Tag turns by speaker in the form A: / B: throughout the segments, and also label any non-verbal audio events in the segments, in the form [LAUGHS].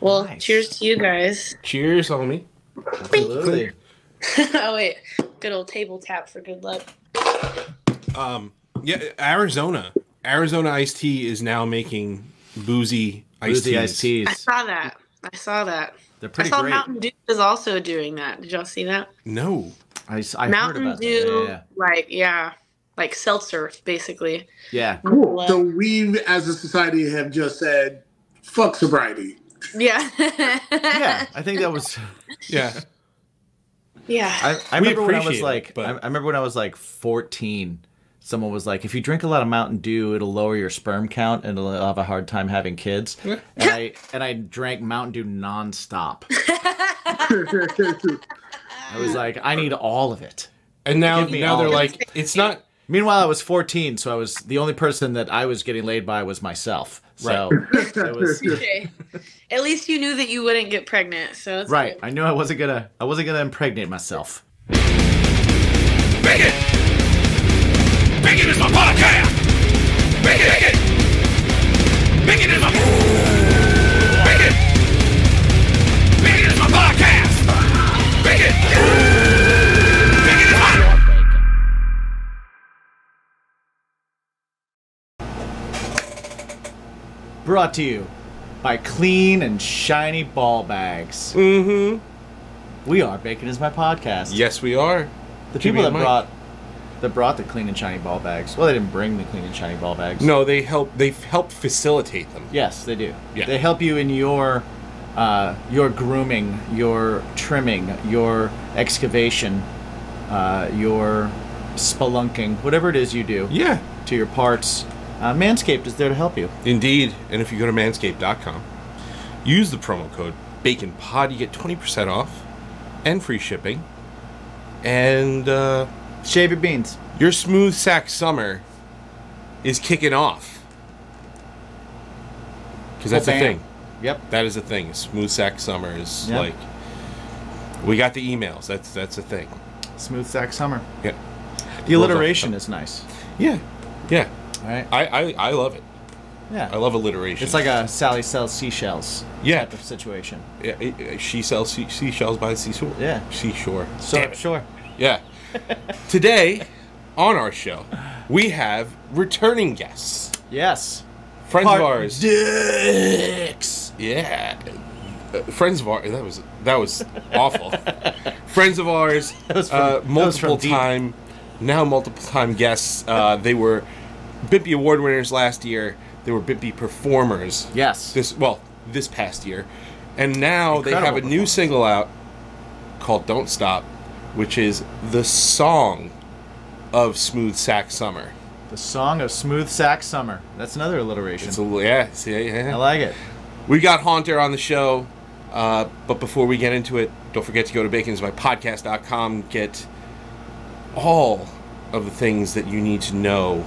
A: Well,
B: Nice.
A: cheers to you guys. [LAUGHS]
B: Cheers, homie.
C: Absolutely.
A: oh wait, good old table tap for good luck.
B: Um, yeah, Arizona. Arizona iced tea is now making boozy iced
C: Boozy
B: tea.
A: I
C: iced teas.
A: saw that. I saw that.
C: They're
A: I
C: pretty
A: saw
C: great.
A: Mountain Dew is also doing that. Did y'all see that?
B: No,
C: I, s- I heard
A: Mountain
C: about
A: Dew,
C: that. Yeah, yeah,
A: like yeah, like seltzer basically.
C: yeah.
D: Cool.
A: Well-
D: So we, as a society, have just said, "Fuck sobriety."
A: [LAUGHS] Yeah.
C: Yeah. Yeah, I think
A: [LAUGHS]
C: that was.
B: yeah,
A: yeah.
C: I, I
B: We
C: remember when I was
B: appreciate it,
C: like,
B: but-
C: I, I remember when I was like 14. Someone was like, if you drink a lot of Mountain Dew, it'll lower your sperm count and it'll have a hard time having kids. and I and I drank Mountain Dew nonstop. I was like, I need all of it.
B: and now
C: Give me
B: now
C: all
B: they're
C: of it.
B: like, it's not.
C: Meanwhile, I was 14, so I was the only person that I was getting laid by was myself. So it was [LAUGHS]
A: Okay. At least you knew that you wouldn't get pregnant, so it's
C: right. I knew I wasn't gonna I wasn't gonna impregnate myself.
E: Bigot! Bigot is my podcast! Bigot! Bigot! Bigot is my... Bigot! Bigot is my podcast! Bigot! Bigot is my...
C: Brought to you by clean and shiny ball bags.
B: Mm-hmm.
C: We are Bacon is my podcast.
B: Yes, we are.
C: The
B: Give me
C: people
B: a
C: that
B: mic.
C: brought that brought the clean and shiny ball bags. Well, they didn't bring the clean and shiny ball bags.
B: No, they help. They help facilitate them.
C: Yes, they do.
B: Yeah.
C: They help you in your uh, your grooming, your trimming, your excavation, uh, your spelunking, whatever it is you do
B: Yeah,
C: to your parts. Uh, Manscaped is there to help you.
B: indeed. And if you go to manscaped.com, use the promo code BaconPod. You get twenty percent off and free shipping. And uh,
C: Shave your beans.
B: your smooth sack summer is kicking off because that's a
C: Bam.
B: thing.
C: Yep.
B: That is a thing. Smooth sack summer is
C: Yeah.
B: like we got the emails. That's that's a thing.
C: Smooth sack summer.
B: Yeah,
C: The alliteration is nice.
B: yeah, yeah.
C: All right.
B: I I, I love it.
C: Yeah.
B: I love alliteration.
C: It's like a Sally sells seashells
B: Yeah.
C: type of situation.
B: Yeah, it- it- she sells sea- seashells by the seashore.
C: Yeah.
B: seashore.
C: So sure.
B: Yeah. [LAUGHS] Today, on our show, we have returning guests,
C: Yes.
B: friends
C: Part
B: of ours.
C: Dicks.
B: Yeah. Uh, Friends of ours. That was
C: [LAUGHS]
B: that was awful. Friends of ours.
C: was from- [LAUGHS]
B: uh,
C: that was from
B: multiple
C: deep.
B: time, now multiple time guests. Uh, they were Bippy award winners last year. They were Bippy performers.
C: Yes.
B: This well, this past year, and now they have
C: Incredible
B: a new
C: performance.
B: single out called "Don't Stop," which is the song of Smooth Sack Summer.
C: The song of smooth sack summer. That's another alliteration.
B: It's a, yeah, see, yeah.
C: I like it.
B: We got Haunter on the show, uh, but before we get into it, don't forget to go to baconsmypodcast.com, get all of the things that you need to know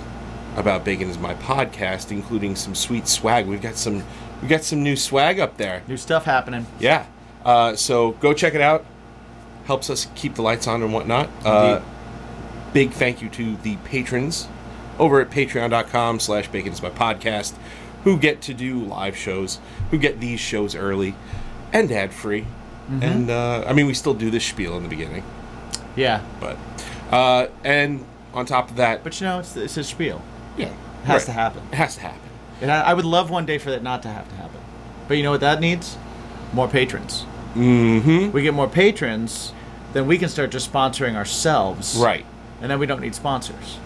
B: about Bacon is My Podcast, including some sweet swag. We've got some we got some new swag up there.
C: New stuff happening.
B: Yeah. Uh, so go check it out. Helps us keep the lights on and whatnot. Uh, big thank you to the patrons over at patreon.com slash bacon is my podcast who get to do live shows, who get these shows early and ad free.
C: Mm-hmm.
B: And uh, I mean, we still do this spiel in the beginning,
C: Yeah.
B: but uh, and on top of that,
C: But you know, it's, it's a spiel.
B: yeah,
C: It has
B: right.
C: to happen.
B: It has to happen.
C: And I, I would love one day for that not to have to happen. But you know what that needs? More patrons.
B: Mm-hmm.
C: We get more patrons, then we can start just sponsoring ourselves.
B: Right.
C: And then we don't need sponsors.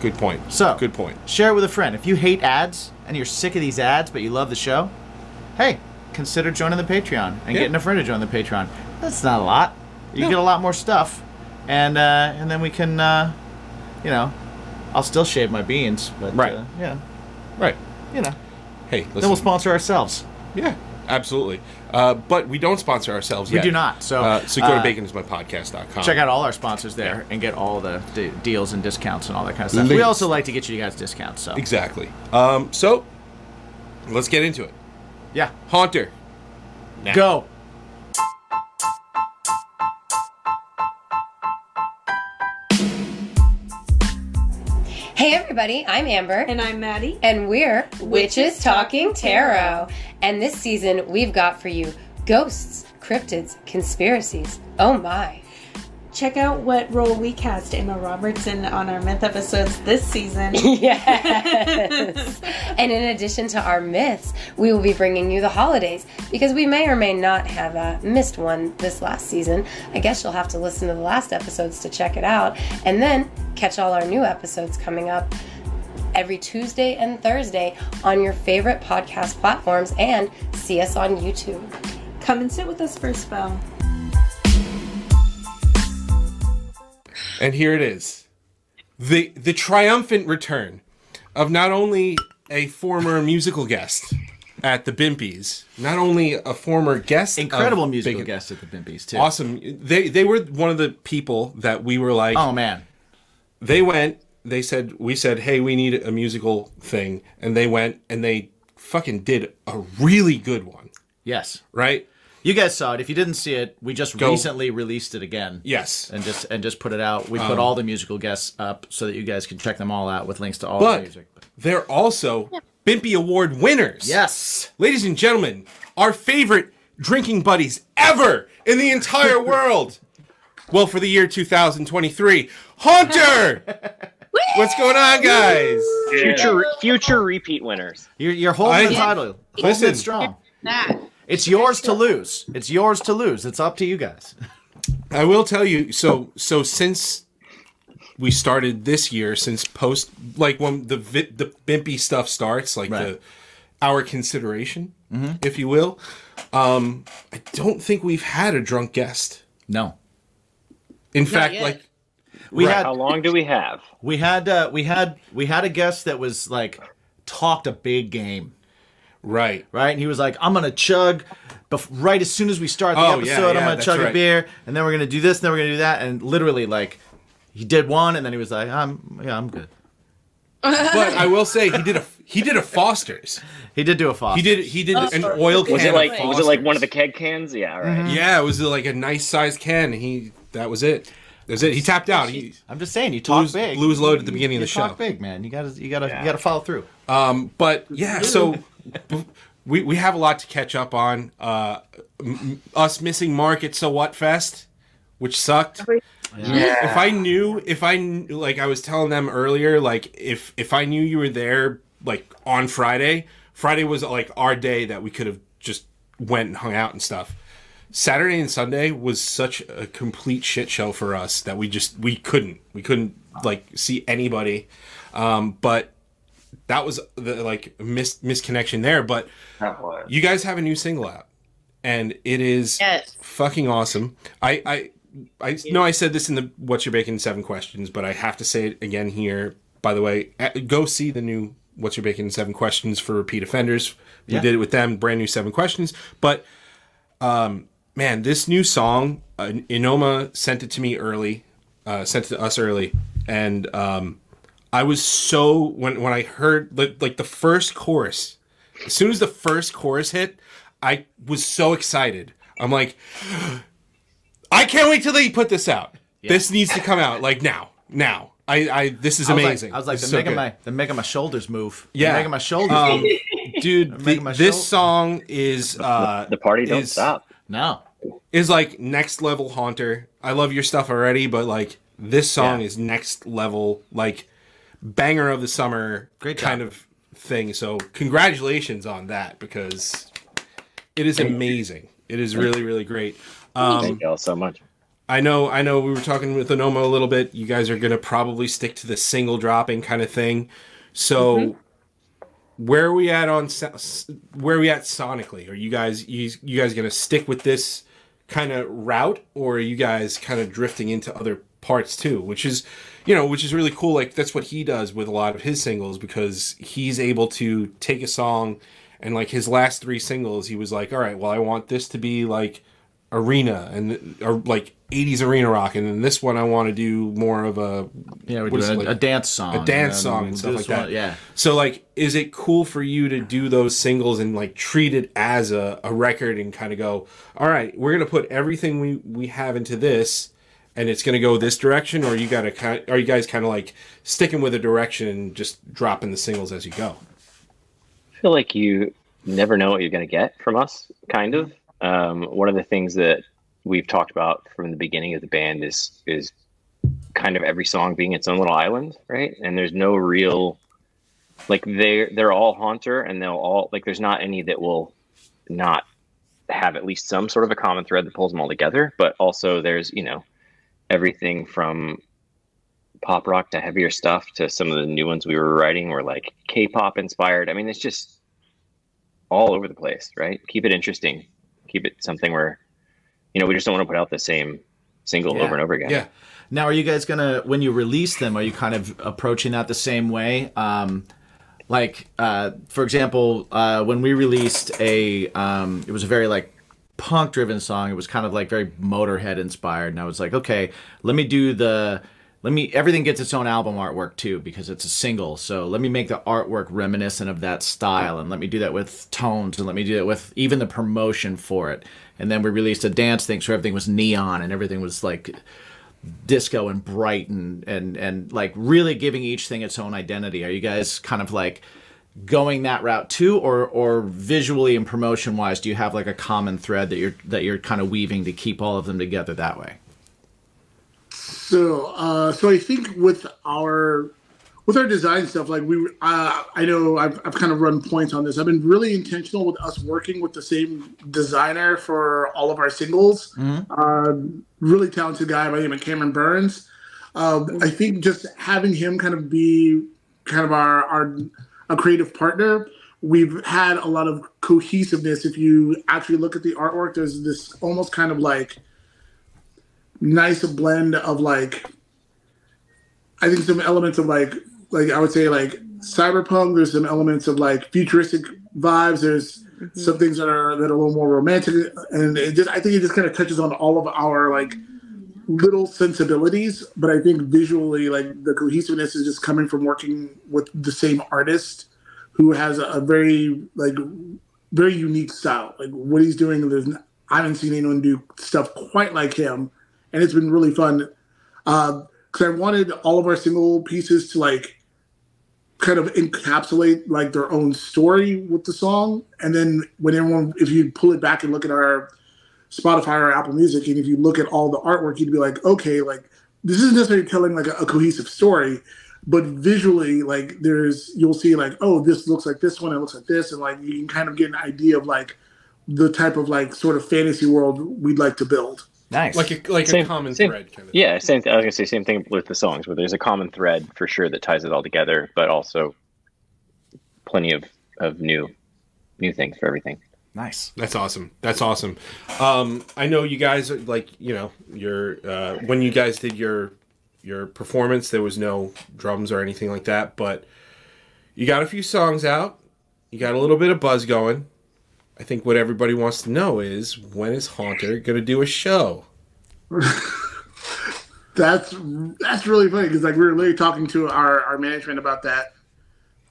B: Good point.
C: So
B: good point.
C: Share it with a friend. If you hate ads and you're sick of these ads, but you love the show, hey, consider joining the Patreon and
B: Yeah.
C: getting a friend to join the Patreon. That's not a lot. You
B: No.
C: get a lot more stuff, and uh, and then we can, uh, you know, I'll still shave my beans, but
B: Right.
C: uh, yeah,
B: Right.
C: you know,
B: Hey, listen.
C: then we'll sponsor ourselves.
B: Yeah, absolutely. Uh, but we don't sponsor ourselves
C: We
B: yet.
C: do not, so,
B: uh, so go
C: uh,
B: to baconismypodcast.com.
C: Check out all our sponsors there and get all the d- deals and discounts and all that kind of stuff. We
B: Links.
C: also like to get you guys discounts, so
B: Exactly. Um, so let's get into it.
C: yeah,
B: Haunter.
C: go.
F: Hey Hey everybody, I'm Amber.
G: And I'm Maddie.
F: And we're Witches Talking Tarot. And this season, we've got for you ghosts, cryptids, conspiracies. Oh my.
G: Check out what role we cast Emma Robertson on our myth episodes this season.
F: Yes. and in addition to our myths, we will be bringing you the holidays because we may or may not have uh, missed one this last season. I guess you'll have to listen to the last episodes to check it out and then catch all our new episodes coming up every Tuesday and Thursday on your favorite podcast platforms and see us on YouTube.
G: Come and sit with us for a spell.
B: And here it is. The the triumphant return of not only a former musical guest at the Bimpies, not only a former guest of
C: Incredible musical
B: Bacon-
C: guest at the Bimpies too.
B: Awesome. They they were one of the people that we were like
C: Oh man.
B: they went, they said we said, "Hey, we need a musical thing." And they went and they fucking did a really good one,
C: Yes.
B: right?
C: You guys saw it. If you didn't see it, we just
B: Go.
C: recently released it again.
B: Yes. Um,
C: And just and just put it out. We put all the musical guests up so that you guys can check them all out with links to all the
B: But
C: music.
B: they're also Bimpy Award winners.
C: Yes.
B: Ladies and gentlemen, our favorite drinking buddies ever in the
C: [LAUGHS]
B: entire world. well, for the year 2023, Haunter! What's going on, guys?
H: Future future repeat winners.
C: You're you're holding
B: I-
C: the title. Holding
B: Listen.
C: it strong.
A: That.
C: It's yours to lose. It's yours to lose. It's up to you guys.
B: I will tell you, so so since we started this year, since post like when the vi- the Bimpy stuff starts, like
C: Right. Mm-hmm.
B: the our consideration, if you will, um, I don't think we've had a drunk guest.
C: No.
B: In fact,
A: yet.
B: like
C: We
B: Right.
C: had
H: How long do we have?
C: We had uh, we had we had a guest that was like talked a big game,
B: right,
C: right? And he was like, "I'm gonna chug." Bef- right as soon as we start the
B: Oh,
C: episode,
B: yeah,
C: I'm
B: yeah,
C: gonna
B: that's
C: chug a
B: right.
C: beer, and then we're gonna do this, and then we're gonna do that, and literally like, he did one, and then he was like, "I'm yeah, I'm good."
B: but I will say he did a he did a Foster's.
C: He did do a foster.
B: He did he did an oil can.
H: Was it
B: of
H: like was it like one of the
B: Foster's.
H: keg cans? Yeah, right.
B: Yeah, it was like a nice size can. He that was it. That's it. He tapped out. He
C: I'm just saying, you talk
B: blues,
C: big.
B: blues load at the
C: You-
B: beginning of
C: you
B: the show.
C: Talk big, man. You gotta you gotta you gotta follow through.
B: but yeah, so we we have a lot to catch up on. Uh, m- m- us missing Mark at So What Fest, which sucked. If I knew, if I kn- like, I was telling them earlier, like if if I knew you were there, like on Friday, Friday was like our day that we could have just went and hung out and stuff. Saturday and Sunday was such a complete shit show for us that we just we couldn't we couldn't like see anybody. Um, but that was the like mis- misconnection there. But you guys have a new single out, and it is
A: Yes.
B: fucking awesome. I I I know I said this in the What's Your Bacon Seven Questions, but I have to say it again here. By the way, uh, go see the new What's Your Bacon Seven Questions for repeat offenders. We
C: Yeah.
B: did it with them, brand new Seven Questions. But um, man, this new song, uh, Inoma sent it to me early, uh, sent it to us early, and um, I was so when when I heard like, like the first chorus, as soon as the first chorus hit, I was so excited. I'm like, [GASPS] I can't wait till they put this out. This needs to come out like now, now. I, I this is
C: I was like-
B: amazing.
C: I was like,
B: This is
C: they're
B: so
C: making
B: good.
C: my they're making my shoulders move.
B: Yeah.
C: they're making my shoulders
B: Um,
C: move. [LAUGHS]
B: dude.
C: making
B: the-
C: my show-
B: this song is uh,
H: [LAUGHS] The party don't
B: is-
H: stop.
C: No,
B: is like next level haunter. I love your stuff already, but like this song is next level, like banger of the summer
C: Great
B: kind
C: job.
B: of thing. So congratulations on that because it is amazing. It is really, really great. Um,
H: Thank y'all so much.
B: I know, I know. We were talking with Anoma a little bit. You guys are gonna probably stick to the single dropping kind of thing. So, where are we at on so- s- where are we at sonically? Are you guys you, you guys gonna stick with this kind of route, or are you guys kind of drifting into other parts too? Which is, you know, which is really cool. Like that's what he does with a lot of his singles because he's able to take a song and like his last three singles, he was like, all right, well, I want this to be like arena and or like 80s arena rock and then this one i want to do more of a
C: yeah, we're
B: what is
C: doing a,
B: it,
C: a dance song,
B: a dance
C: and
B: song and stuff
C: this
B: like that
C: one- Yeah,
B: so like is it cool for you to do those singles and like treat it as a, a record and kind of go all right we're gonna put everything we we have into this and it's going to go this direction, or you got to kind? Are you guys kind of like sticking with a direction and just dropping the singles as you go?
H: I feel like you never know what you're going to get from us, kind of. Um, one of the things that we've talked about from the beginning of the band is is kind of every song being its own little island, right? And there's no real like they they're all haunter and they'll all like there's not any that will not have at least some sort of a common thread that pulls them all together, but also there's, you know, everything from pop rock to heavier stuff to some of the new ones we were writing were like K-pop inspired. I mean, it's just all over the place, right? Keep it interesting. Keep it something where, you know, we just don't want to put out the same single
C: Yeah.
H: over and over again.
B: Yeah.
C: Now, are you guys gonna when you release them? Are you kind of approaching that the same way? Um, like, uh, for example, uh, when we released a, um, it was a very like punk-driven song. It was kind of like very Motorhead inspired, and I was like, okay, let me do the. Let me. Everything gets its own album artwork too, because it's a single. So let me make the artwork reminiscent of that style, and let me do that with tones, and let me do that with even the promotion for it. And then we released a dance thing, so everything was neon, and everything was like disco and bright and and and like really giving each thing its own identity are you guys kind of like going that route too or or visually and promotion wise do you have like a common thread that you're that you're kind of weaving to keep all of them together that way
D: So, uh, so I think with our with our design stuff, like we, uh, I know I've, I've kind of run points on this. I've been really intentional with us working with the same designer for all of our singles. Um, really talented guy by the name of Cameron Burns. Um, I think just having him kind of be kind of our our a creative partner. We've had a lot of cohesiveness. If you actually look at the artwork, there's this almost kind of like nice blend of like I think some elements of like like I would say like cyberpunk. There's some elements of like futuristic vibes. There's some things that are that are a little more romantic, and it just I think it just kind of touches on all of our like little sensibilities. But I think visually, like the cohesiveness is just coming from working with the same artist who has a, a very like very unique style. Like what he's doing, there's n- I haven't seen anyone do stuff quite like him, and it's been really fun because I wanted all of our single pieces to like kind of encapsulate like their own story with the song. And then when everyone, if you pull it back and look at our Spotify or Apple Music, and if you look at all the artwork, you'd be like, okay, like this isn't necessarily telling like a, a cohesive story, but visually, like there's you'll see like oh this looks like this one, it looks like this, and like you can kind of get an idea of like the type of like sort of fantasy world we'd like to build.
C: nice
B: Like a like
H: Same-
B: a common
H: same-
B: thread kind of.
H: Yeah, same. I was gonna say same thing with the songs, where there's a common thread for sure that ties it all together, but also plenty of of new new things for everything.
C: nice
B: That's awesome. That's awesome. Um, I know you guys are, like you know your uh, when you guys did your your performance, there was no drums or anything like that, but you got a few songs out. You got a little bit of buzz going. I think what everybody wants to know is when is Haunter going to do a show?
D: That's that's really funny because like we were literally talking to our, our management about that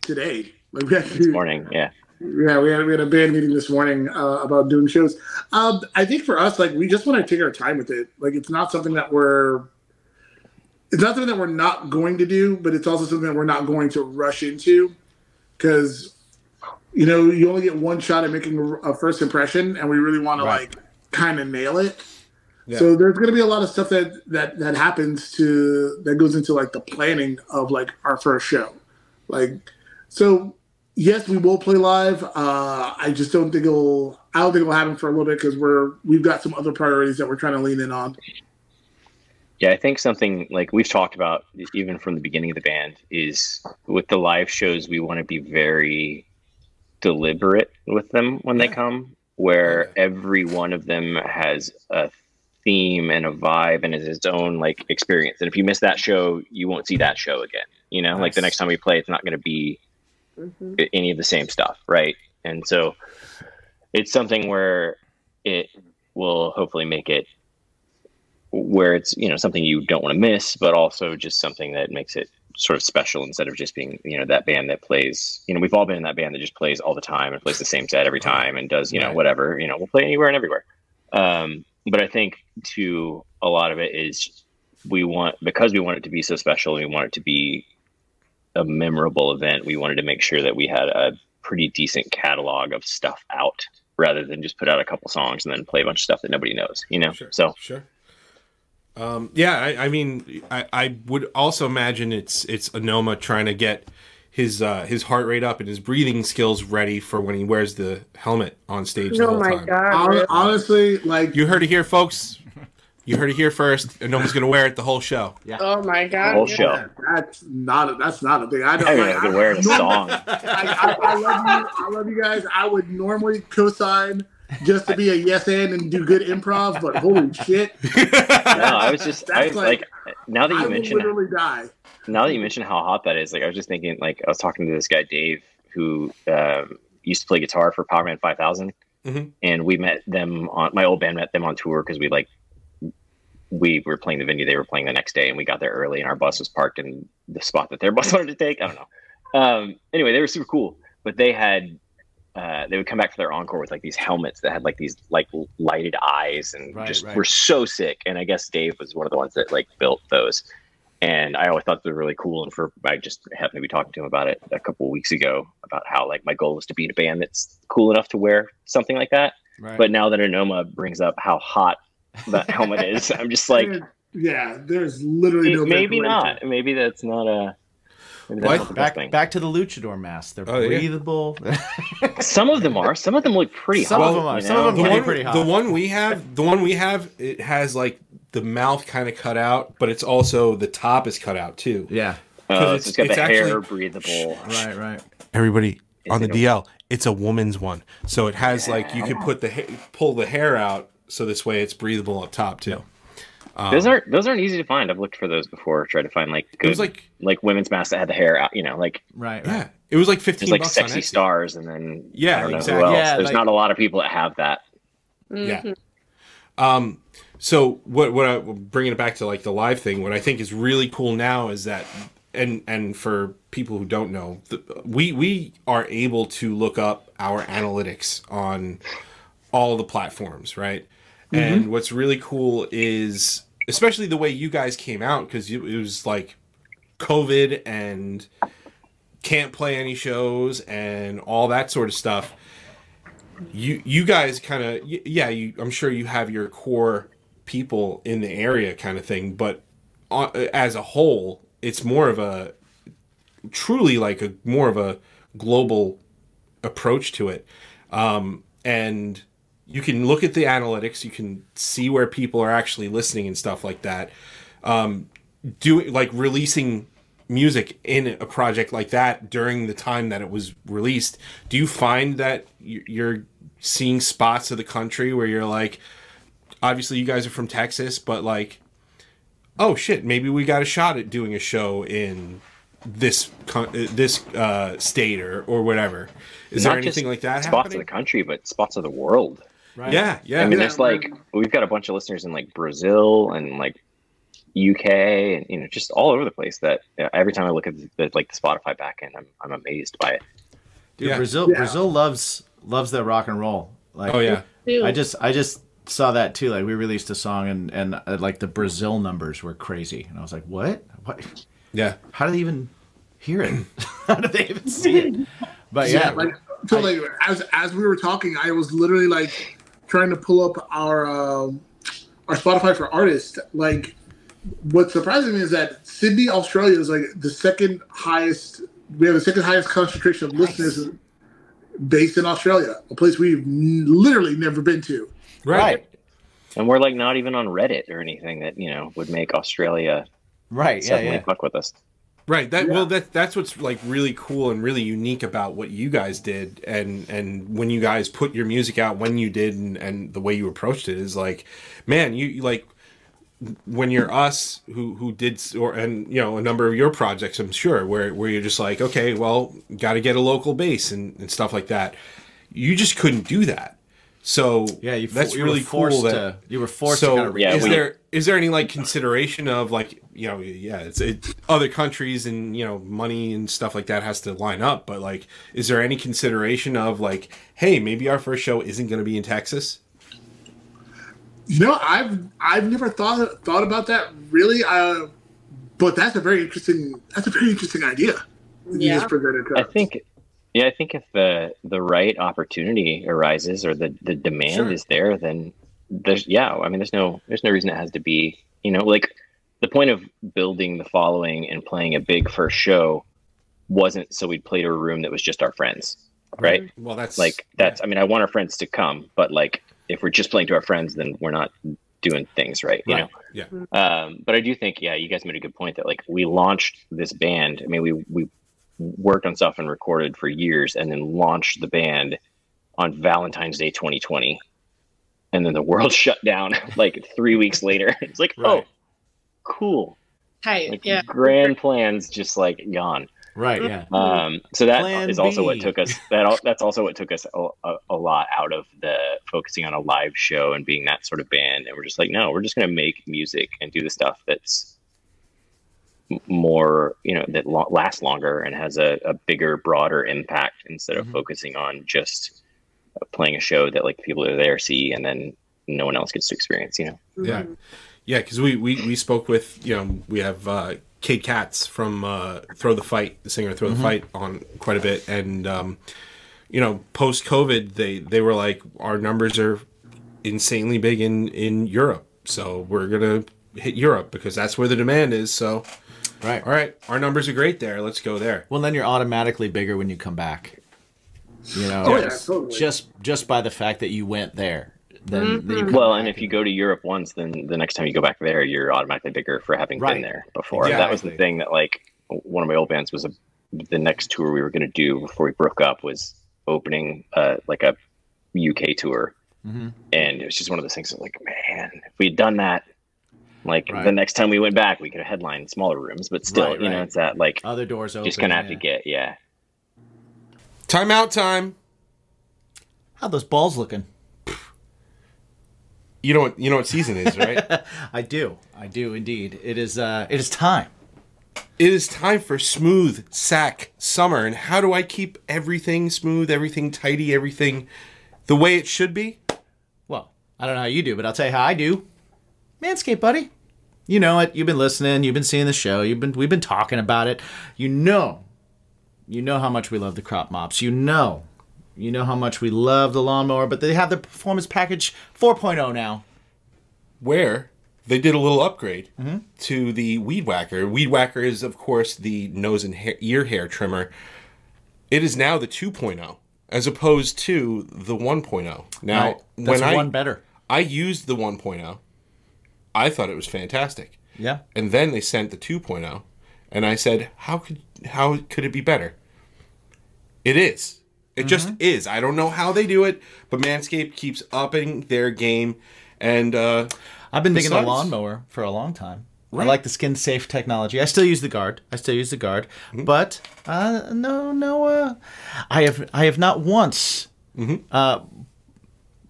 D: today. Like we actually,
H: Morning, yeah.
D: yeah, we had we had a band meeting this morning uh, about doing shows. Um, I think for us, like we just want to take our time with it. Like it's not something that we're it's not something that we're not going to do, but it's also something that we're not going to rush into because you know you only get one shot at making a, a first impression, and we really want to like kind of nail it.
B: Yeah.
D: So there's going to be a lot of stuff that that that happens to that goes into like the planning of like our first show, like so. Yes, we will play live. Uh, I just don't think it'll. I don't think it'll happen for a little bit because we're we've got some other priorities that we're trying to lean in on.
H: Yeah, I think something like we've talked about e-, even from the beginning of the band is with the live shows we want to be very deliberate with them when they come where every one of them has a theme and a vibe and is its own like experience. And if you miss that show, you won't see that show again. You know, like the
C: Nice.
H: next time we play it's not going to be i- any of the same stuff, right? And so it's something where it will hopefully make it where it's you know something you don't want to miss, but also just something that makes it sort of special instead of just being you know that band that plays. You know, we've all been in that band that just plays all the time and plays the same set every time and does you know whatever. You know, we'll play anywhere and everywhere. Um, but I think to a lot of it is we want because we want it to be so special and we want it to be a memorable event we wanted to make sure that we had a pretty decent catalog of stuff out rather than just put out a couple songs and then play a bunch of stuff that nobody knows you know so
B: Sure. Um, yeah, I, I mean, I, I would also imagine it's it's Anoma trying to get his uh, his heart rate up and his breathing skills ready for when he wears the helmet on stage. the
I: Oh
B: whole
I: my
B: time.
I: god.
D: Hon-
I: really?
D: Honestly, like
B: You heard it here, folks. You heard it here first. Anoma's gonna wear it the whole show.
I: Oh my
H: the
I: god.
H: whole
I: yeah.
H: show
D: that's not a, that's not a thing. I
H: I
D: don't.
H: mean,
D: Like,
H: I could
D: I,
H: wear
D: [LAUGHS]
H: it a song
D: I, I, love you. I love you guys. I would normally co-sign just to be a yes and and do good improv, but holy shit,
H: [LAUGHS] no i was just i
D: That's
H: was like, now that
D: I
H: you
D: would
H: mention it
D: literally die.
H: now that you mention how hot that is, like I was just thinking, like I was talking to this guy Dave who um, used to play guitar for Power Man Five
B: Mhm.
H: and we met them on my old band met them on tour because we like we were playing the venue they were playing the next day, and we got there early, and our bus was parked in the spot that their [LAUGHS] bus wanted to take. I don't know. Um, anyway, they were super cool, but they had. Uh, they would come back for their encore with like these helmets that had like these like lighted eyes and
C: Right,
H: just
C: right.
H: were so sick. And I guess Dave was one of the ones that like built those and I always thought they were really cool. And for I just happened to be talking to him about it a couple weeks ago about how like my goal is to be in a band that's cool enough to wear something like that.
C: Right.
H: But now that Anoma brings up how hot
C: [LAUGHS]
H: that helmet is, I'm just like
D: There- yeah, there's literally no
H: "Eh, maybe
D: preparation.
H: not. Maybe that's not a. Maybe that's
B: Well, I-
H: not the best
C: back
H: thing.
C: back to the luchador masks. They're
B: Oh, yeah. [LAUGHS]
C: breathable.
H: Some of them are. Some of them look pretty
C: Some
H: hot.
C: of them are.
H: you
C: Some
H: know?
C: of
B: The
C: them
B: one,
C: pretty hot.
B: the one we have, the one we have, it has like the mouth kind of cut out, but it's also the top is cut out too.
C: yeah.
H: Uh,
B: it's-
H: so it's got
B: it's
H: the hair
B: actually-
H: breathable.
C: Right. Right.
B: Everybody on the
H: it a-
B: DL, it's a woman's one, so it has like you can put the ha- pull the hair out, so this way it's breathable up top too.
H: those aren't those aren't easy to find. I've looked for those before. Tried to find like
B: um, It was
H: good like,
B: like
H: women's masks that had the hair out. You know, like
C: Right. Right.
B: yeah, it was like fifteen
H: There's like
B: bucks on
H: sexy
B: Etsy.
H: stars, and then
B: Yeah,
H: I don't know
B: exactly.
H: who else.
C: Yeah,
H: There's
C: like-
H: not a lot of people that have that.
B: Yeah. Um, so what what I bringing it back to like the live thing, what I think is really cool now is that and and for people who don't know, the, we we are able to look up our analytics on all the platforms, right? And what's really cool is especially the way you guys came out because it was like COVID and can't play any shows and all that sort of stuff you you guys kind of yeah you i'm sure you have your core people in the area kind of thing but on, as a whole it's more of a truly like a more of a global approach to it um, and you can look at the analytics you can see where people are actually listening and stuff like that um, doing like releasing music in a project like that during the time that it was released do you find that y- you're seeing spots of the country where you're like obviously you guys are from texas but like oh shit maybe we got a shot at doing a show in this con- uh, this uh, state or or whatever is there
H: Not just
B: anything like that
H: Spots
B: happening?
H: of the country, but spots of the world.
C: Right.
B: yeah yeah
H: I mean,
D: Yeah.
H: there's like we've got a bunch of listeners in like Brazil and like UK and you know just all over the place. That uh, every time I look at the, the like the Spotify backend, I'm I'm amazed by it.
C: Dude,
B: Yeah.
C: Brazil Brazil loves loves their rock and roll. Like
B: oh yeah
C: I just I just saw that too. Like we released a song and and uh, like the Brazil numbers were crazy, and I was like, what? What?
B: yeah
C: How do they even hear it? [LAUGHS] How do they even see it? But yeah,
D: like so like as as we were talking, I was literally like trying to pull up our um, our Spotify for artists. Like, what's surprising me is that Sydney, Australia, is like the second highest. We have the second highest concentration of listeners based in Australia, a place we've n- literally never been to.
B: right,
C: right,
H: And we're like not even on Reddit or anything that you know would make Australia
C: right, yeah,
H: suddenly
C: yeah.
H: fuck with us.
B: Right. That well that that's what's like really cool and really unique about what you guys did and and when you guys put your music out when you did and, and the way you approached it is like man, you you, like when you're us who who did s- or and you know a number of your projects I'm sure where where you're just like okay, well, got to get a local base and and stuff like that. You just couldn't do that. So
C: Yeah, you, fo-
B: that's
C: you
B: really
C: were forced
B: cool that
C: to you were forced
B: so
C: to kind of reach.
H: Yeah,
B: is
H: we-
B: there is there any like consideration of like you know yeah it's it, other countries and you know money and stuff like that has to line up but like is there any consideration of like hey maybe our first show isn't going to be in texas
D: You know, I've I've never thought thought about that really. Uh, but that's a very interesting that's a very interesting idea. that You
A: Yeah.
D: just presented to
H: I
D: us.
H: think, yeah, I think if the the right opportunity arises or the the demand
C: Sure.
H: is there, then there's yeah. I mean, there's no there's no reason it has to be. You know, like the point of building the following and playing a big first show wasn't so we'd play to a room that was just our friends, right?
B: Well, that's
H: Like that's. I mean, I want our friends to come, but like if we're just playing to our friends, then we're not doing things right. You
C: Right.
H: know. Um, but I do think, yeah, you guys made a good point that like we launched this band. I mean, we we worked on stuff and recorded for years, and then launched the band on Valentine's Day 2020, and then the world [LAUGHS] shut down like three weeks later. [LAUGHS] It's like,
C: Right.
H: oh, cool,
A: Tight.
H: like
A: yeah.
H: grand plans just like gone.
C: Right. Yeah.
H: Um, so that is
C: Plan
H: also
C: B.
H: what took us. That al- that's also what took us a, a, a lot out of the focusing on a live show and being that sort of band. And we're just like, no, we're just going to make music and do the stuff that's m- more, you know, that lo- lasts longer and has a, a bigger, broader impact instead of
C: Mhm.
H: focusing on just playing a show that like people are there see and then no one else gets to experience. You know,
B: Yeah, yeah, because we, we we spoke with you know we have uh, Kate Katz from uh, Throw the Fight, the singer of Throw the Fight, on quite a bit, and um, you know post COVID they they were like our numbers are insanely big in in Europe, so we're gonna hit Europe because that's where the demand is. So
C: Right.
B: all right, our numbers are great there. Let's go there.
C: Well, then you're automatically bigger when you come back. You know,
D: Oh yeah,
C: just,
D: totally.
C: just just by the fact that you went there. Then, then you come
H: well,
C: back
H: and if you go to Europe once, then the next time you go back there, you're automatically bigger for having
C: Right.
H: been there before. That was the
B: Exactly.
H: thing that like one of my old bands was a, the next tour we were going to do before we broke up was opening uh, like a UK tour,
C: Mhm.
H: and it was just one of those things. That, like, man, if we'd done that, like
C: Right.
H: the next time we went back, we could have headlined smaller rooms, but still,
C: Right,
H: you know,
C: right.
H: it's that like
C: other doors open.
H: just gonna have
C: yeah.
H: to get yeah.
B: Timeout time.
C: How those balls looking?
B: You know what you know what season it is, [LAUGHS] right?
C: [LAUGHS] I do. I do indeed. It is. Uh, it is time.
B: It is time for smooth sack summer. And how do I keep everything smooth, everything tidy, everything the way it should be?
C: Well, I don't know how you do, but I'll tell you how I do. Manscaped, buddy. You know it. You've been listening. You've been seeing the show. You've been. We've been talking about it. You know. You know how much we love the crop mops. You know. You know how much we love the lawnmower, but they have the performance package 4.0 now.
B: Where they did a little upgrade
C: Mm-hmm.
B: to the Weed Whacker. Weed Whacker is, of course, the nose and hair, ear hair trimmer. It is now the 2.0 as opposed to the 1.0. Now,
C: Right. That's
B: when I
C: one better.
B: I used the 1.0, I thought it was fantastic.
C: Yeah.
B: and then they sent the 2.0 and i said how could how could it be better it is it just is i don't know how they do it but manscaped keeps upping their game and uh
C: I've been digging the
B: Besides-
C: lawnmower for a long time. I like the skin safe technology. I still use the guard. I still use the guard, but uh, no, no. Uh, I have I have not once uh,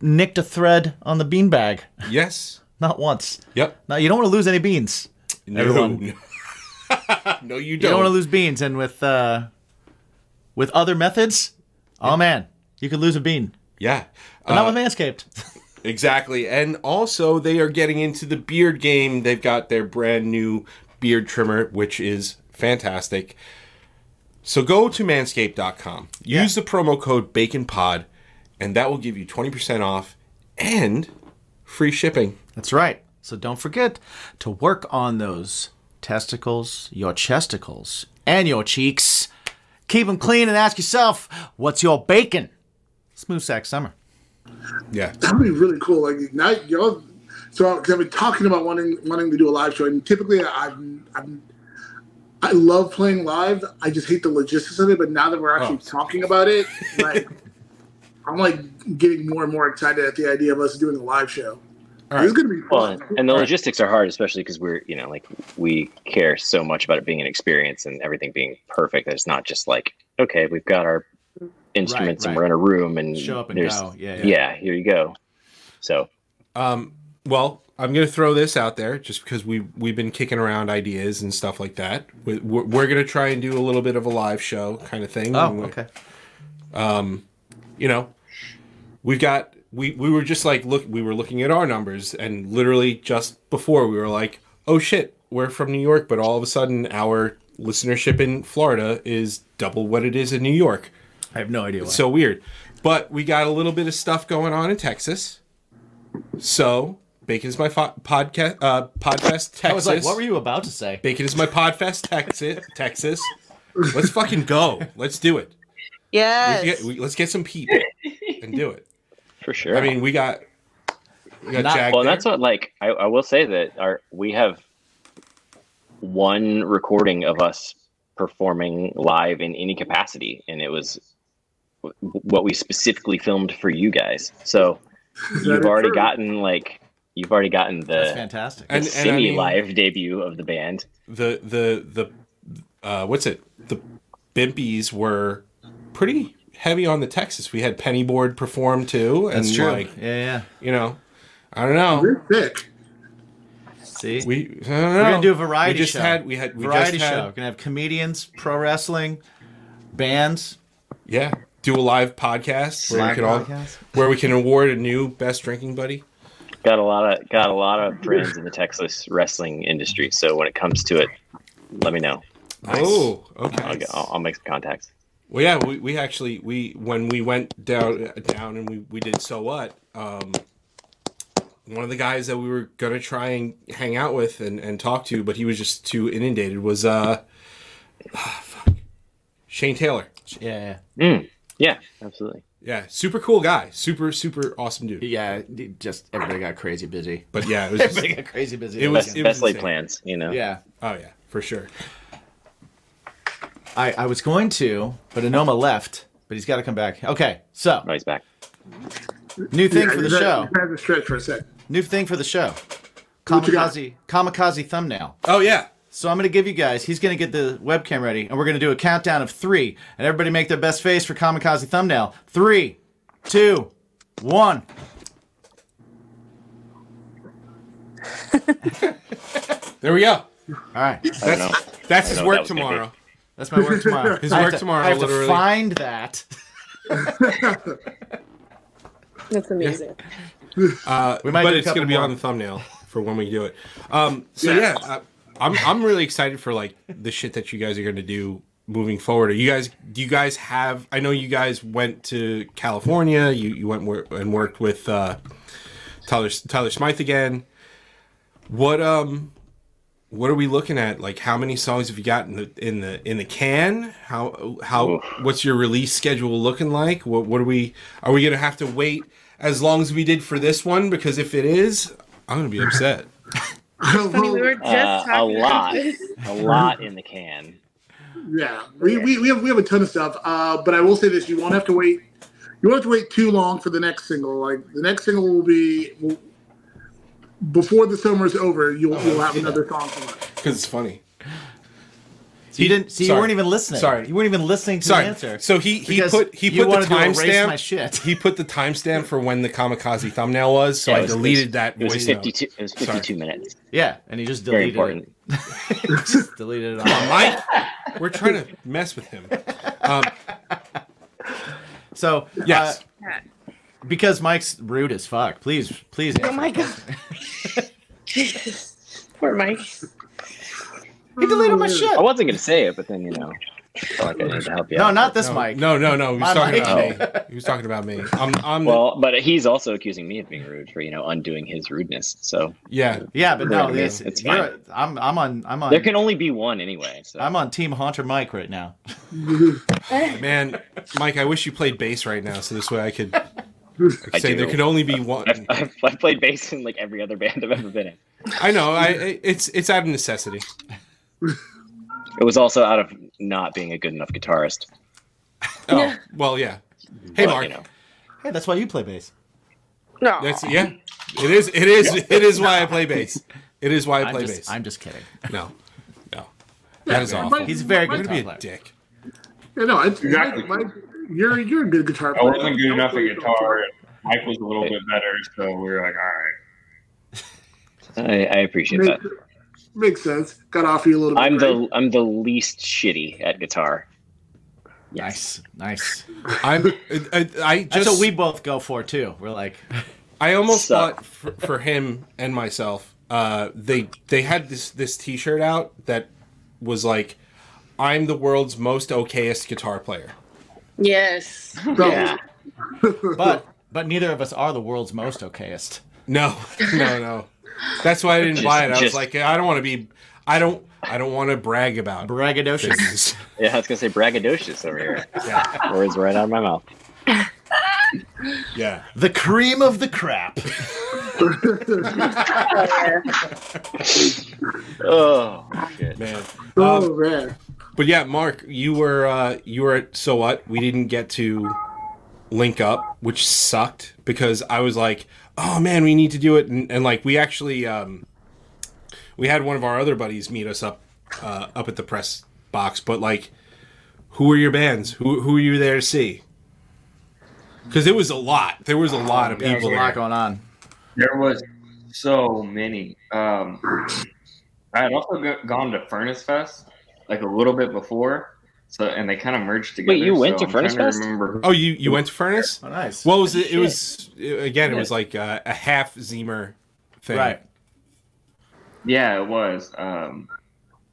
C: nicked a thread on the beanbag. [LAUGHS]
B: yes
C: Not once.
B: yep
C: Now you don't want to lose any beans. Everyone.
B: no, [LAUGHS] no you
C: You
B: don't,
C: don't want to lose beans, and with uh, with other methods, oh man, you could lose a bean.
B: yeah
C: But
B: Uh,
C: not with Manscaped. [LAUGHS]
B: Exactly. And also, they are getting into the beard game. They've got their brand new beard trimmer, which is fantastic. So go to manscaped.com, use the promo code BACONPOD, and that will give you 20% off and free shipping.
C: That's right. So don't forget to work on those testicles, your chesticles, and your cheeks. Keep them clean and ask yourself, what's your bacon? Smooth sack summer.
B: Yeah.
D: That would be really cool. Like now, y'all. So because I've been talking about wanting wanting to do a live show, and typically I've I'm, I love playing live. I just hate the logistics of it. But now that we're actually
C: Oh.
D: talking about it,
C: [LAUGHS]
D: like I'm like getting more and more excited at the idea of us doing a live show. It's gonna be
H: Well,
D: fun.
H: and the logistics are hard, especially because we're, you know, like we care so much about it being an experience and everything being perfect. That it's not just like, okay, we've got our instruments and
C: right.
H: we're in a room and
C: Show up and
H: there's,
C: go. Yeah, yeah.
H: yeah. here you go. So
B: Um, well, I'm going to throw this out there just because we, we've been kicking around ideas and stuff like that. We- We're, we're going to try and do a little bit of a live show kind of thing.
C: Oh,
B: And we're-
C: okay.
B: you know, we've got we we were just like look we were looking at our numbers and literally just before we were like oh shit we're from New York but all of a sudden our listenership in Florida is double what it is in New York
C: I have no idea. Why.
B: so weird but we got a little bit of stuff going on in Texas so Bacon is my fo- podcast uh, podcast Texas
C: I was like, what were you about to say?
B: Bacon is my podfest Texas Texas let's fucking go let's do it
G: Yes.
B: Let's get- we- let's get some people and do it
H: for sure.
B: I mean, we got we got
C: Not-
B: Jag.
H: well, and
B: there.
H: that's what like I, I will say that our we have one recording of us performing live in any capacity, and it was w- what we specifically filmed for you guys. So
D: Is that
H: you've already
D: true?
H: gotten like you've already gotten
C: That's
H: the
C: fantastic.
B: And- and I
H: semi
B: mean-
H: live debut of the band.
B: the the the uh, what's it? The Bimpies were pretty heavy on the Texas. We had Pennyboard perform too, and
C: That's true.
B: like
C: yeah, yeah.
B: you know, I don't know.
D: You're thick.
C: See, we,
B: We I don't know.
C: are gonna do a variety
B: We just
C: show.
B: had we had we
C: variety
B: just had,
C: show. We're gonna have comedians, pro wrestling, bands.
B: Yeah, do a live podcast where
C: Live
B: we can all
C: podcast?
B: where we can award a new best drinking buddy.
H: Got a lot of got a lot of friends in the Texas wrestling industry. So when it comes to it, let me know.
B: Oh,
H: I'll,
B: okay.
H: get- I'll, I'll make some contacts.
B: Well, yeah, we, we actually we when we went down down and we, we did so what. Um, one of the guys that we were gonna try and hang out with and, and talk to, but he was just too inundated. Was uh, [SIGHS] ah, fuck, Shane Taylor.
C: Yeah,
H: Mm, yeah, absolutely.
B: Yeah, super cool guy, super super awesome dude.
C: yeah, yeah. Just everybody got crazy busy. [LAUGHS]
B: But yeah, it
H: [LAUGHS]
B: was just,
C: Everybody got crazy busy.
B: It was-
H: Best, best laid
B: insane.
H: plans, you know.
C: yeah.
B: oh yeah, for sure.
C: I, I was going to, but Anoma left, but he's got to come back. Okay, so
H: Oh, he's back.
C: new thing
D: Yeah,
C: for the
D: you had-
C: show.
D: You had to stretch for a sec.
C: New thing for the show.
D: What you got? [LAUGHS]
C: Kamikaze, kamikaze thumbnail.
B: Oh yeah,
C: So I'm going to give you guys. He's going to get the webcam ready, and we're going to do a countdown of three, and everybody make their best face for kamikaze thumbnail. Three, two, one.
B: there we go.
C: All right,
H: I don't know.
B: That's his
H: know
B: work
H: that was gonna
B: tomorrow.
C: that's my work tomorrow.
B: [LAUGHS] His
C: I have
B: work
C: to-
B: tomorrow,
C: I have
B: literally.
C: to find that. [LAUGHS]
A: That's amazing.
C: We might.
B: but
C: do a
B: it's going
C: couple
B: to be
C: more.
B: on the thumbnail for when we do it. Um, so yeah, I,
D: Yeah.
B: I'm I'm really excited for like the shit that you guys are going to do moving forward. Are you guys? Do you guys have? I know you guys went to California. You you went wor- and worked with uh, Tyler Tyler Smythe again. What um. What are we looking at? Like, how many songs have you got in the in the in the can? How how what's your release schedule looking like? What what are we are we gonna have to wait as long as we did for this one? Because if it is, I'm gonna be
C: [LAUGHS]
B: upset.
A: Funny, we were just
H: Uh, a
A: talking
H: lot,
A: about this.
H: a lot in the can.
D: Yeah,
I: Oh,
D: we, we, we have we have a ton of stuff. Uh, but I will say this: you won't have to wait. You won't have to wait too long for the next single. Like the next single will be will, before the summer's over. You'll you'll
I: Oh,
D: have another song from us.
B: Because it's funny.
C: So you didn't. See, you
B: Sorry.
C: weren't even listening.
B: Sorry.
C: you weren't even listening to
B: Sorry.
C: the answer.
B: So he he
C: Because
B: put he
C: you
B: put the
C: wanted to erase my
B: timestamp.
C: shit.
B: He put the timestamp for when the kamikaze thumbnail was. So
H: Yeah,
B: I
H: it was-
B: deleted
H: it was-
B: that
H: It was
B: voice note.
H: fifty-two. It was fifty-two minutes.
C: yeah, and he just
H: Very
C: deleted it.
H: important.
C: [LAUGHS] Just deleted it. All.
B: Mike,
C: [LAUGHS]
B: we're trying to mess with
C: Uh,
B: him. Um,
C: So
B: yes.
C: uh, because Mike's rude as fuck. Please, please.
A: Oh my god. Jesus. [LAUGHS] Poor Mike.
C: He deleted my shit.
H: I wasn't gonna say it, but then you know, I felt like I needed to help you.
C: No,
H: out.
C: not this
B: no,
C: Mike.
B: No, no, no. He was
C: My
B: talking
H: Mike.
B: about me. He was talking about me. I'm I'm
H: Well, but he's also accusing me of being rude for you know undoing his rudeness. So
B: the, yeah.
C: Yeah, but no,
H: Yeah,
C: this,
H: it's
C: you're-
H: fine.
C: I'm I'm on I'm on
H: there can only be one anyway. So
C: I'm on Team Haunter Mike right now. [LAUGHS]
B: Man, Mike, I wish you played bass right now, so this way I could I could
H: [LAUGHS] I
B: say
H: do.
B: there could only be one.
H: I've, [LAUGHS] I've, I've played bass in like every other band I've ever been in.
B: I know. I it's it's out of necessity.
H: It was also out of not being a good enough guitarist.
B: Oh well, yeah. Hey,
H: but,
B: Mark.
H: you know,
C: Hey, that's why you play bass.
A: No.
B: That's yeah. It is. It is. It is why I play bass. It is why I
C: I'm
B: play
C: just,
B: bass.
C: I'm just
B: [LAUGHS]
C: kidding.
B: No, no. That is awful.
C: He's a very good
B: You're
C: guitar
B: gonna be a
C: player.
B: dick.
D: Yeah, no, it's,
I: Exactly.
D: Mike, Mike, you're you're a good guitar
I: I
D: player.
I: wasn't good enough at
D: Don't-
I: guitar. Mike was a little bit better, so we were like, all right.
H: I, I appreciate that.
D: Makes, makes sense. Got off you a little bit.
H: I'm
D: right?
H: the I'm the least shitty at guitar.
C: Nice, nice.
B: I'm. I, I just.
C: That's what we both go for too. We're
H: [LAUGHS]
C: like,
B: I almost
H: Suck.
B: thought for, for him and myself, uh, they they had this this T-shirt out that was like, "I'm the world's most okayest guitar player."
A: Yes.
D: So,
H: Yeah.
C: but but neither of us are the world's most okayest.
B: No, [LAUGHS] no, no. That's why I didn't buy it. I was
H: Just-
B: like, I don't want to be. I don't. I don't want to brag about
C: Braggadocious.
B: things.
H: Yeah, I was gonna say braggadocious over here.
B: [LAUGHS] Yeah,
H: Words right out of my mouth.
B: yeah.
C: the cream of the crap.
H: Oh, good.
B: man. Um,
D: oh man.
B: But yeah, Mark, you were uh, you were at so what? We didn't get to link up, which sucked because I was like, oh man, we need to do it, and, and like we actually um, we had one of our other buddies meet us up uh, up at the press box, but like, who were your bands? Who who were you there to see? Because it was a lot. There was
C: Oh,
B: a lot of people.
C: There's a
B: there.
C: lot going on.
I: There was so many. Um, I had also go- gone to Furnace Fest like a little bit before, so and they kind of merged together.
H: Wait, you went
I: so
H: to
I: I'm trying
H: Furnace Fest?
I: remember
B: Oh, you you went to Furnace?
C: Oh, nice.
B: What was it? It was again. It was like uh, a half Zemer thing.
C: right.
I: Yeah, it was. Um,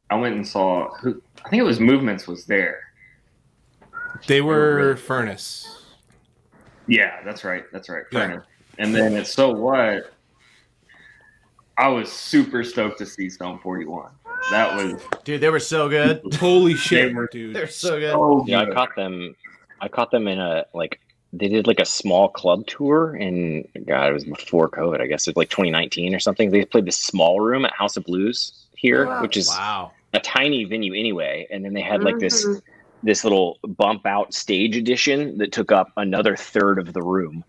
I: I went and saw who I think it was Movements was there.
B: They were furnace.
I: Yeah, that's right. That's right.
B: Yeah.
I: Furnace. And then it's so what? I was super stoked to see Stone Forty One. That was
C: Dude, they were so good. [LAUGHS]
B: Holy shit,
I: They were-
C: They're
B: dude!
C: so good.
I: so
H: Yeah, I
I: good.
H: caught them. I caught them in a like they did like a small club tour in God, it was before COVID, I guess it's like 2019 or something. They played this small room at House of Blues here, which is
C: Wow.
H: a tiny venue anyway, and then they had like this this little bump out stage edition that took up another third of the room.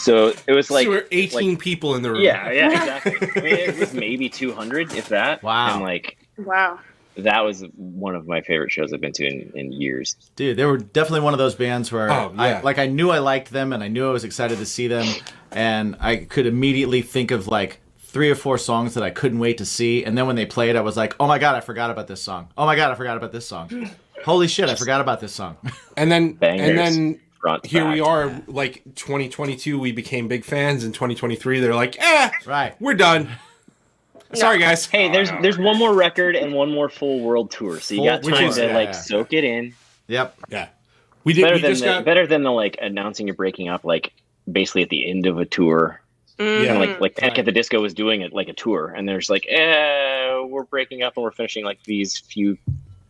H: So it was like
B: there were eighteen people in the room.
H: yeah, yeah, exactly. I mean, it was maybe 200 if that.
C: Wow.
H: And like
A: Wow.
H: that was one of my favorite shows I've been to in, in years.
C: Dude, they were definitely one of those bands where
B: Oh, yeah.
C: I like I knew I liked them and I knew I was excited to see them and I could immediately think of like three or four songs that I couldn't wait to see and then when they played I was like, "Oh my god, I forgot about this song. Oh my god, I forgot about this song. Holy shit, I forgot about this song." [LAUGHS]
B: And then and
H: Bangers.
B: then
H: Front to
B: here
H: back.
B: we are, like 2022. We became big fans. In 2023, they're like, eh,
C: right.
B: we're done.
H: [LAUGHS]
B: Sorry, guys.
H: Hey, there's there's one more record and one more full world tour, so you
C: Full-
H: got
C: which
H: time
C: is-
H: to
C: yeah,
H: like
C: yeah.
H: soak it in.
C: Yep.
B: Yeah, we did.
H: Better
B: We
H: than
B: just
H: the,
B: got.
H: better than the like announcing you're breaking up, like basically at the end of a tour.
B: Yeah.
H: Like like Panic at the Disco was doing it like a tour, and there's like, eh, we're breaking up and we're finishing like these few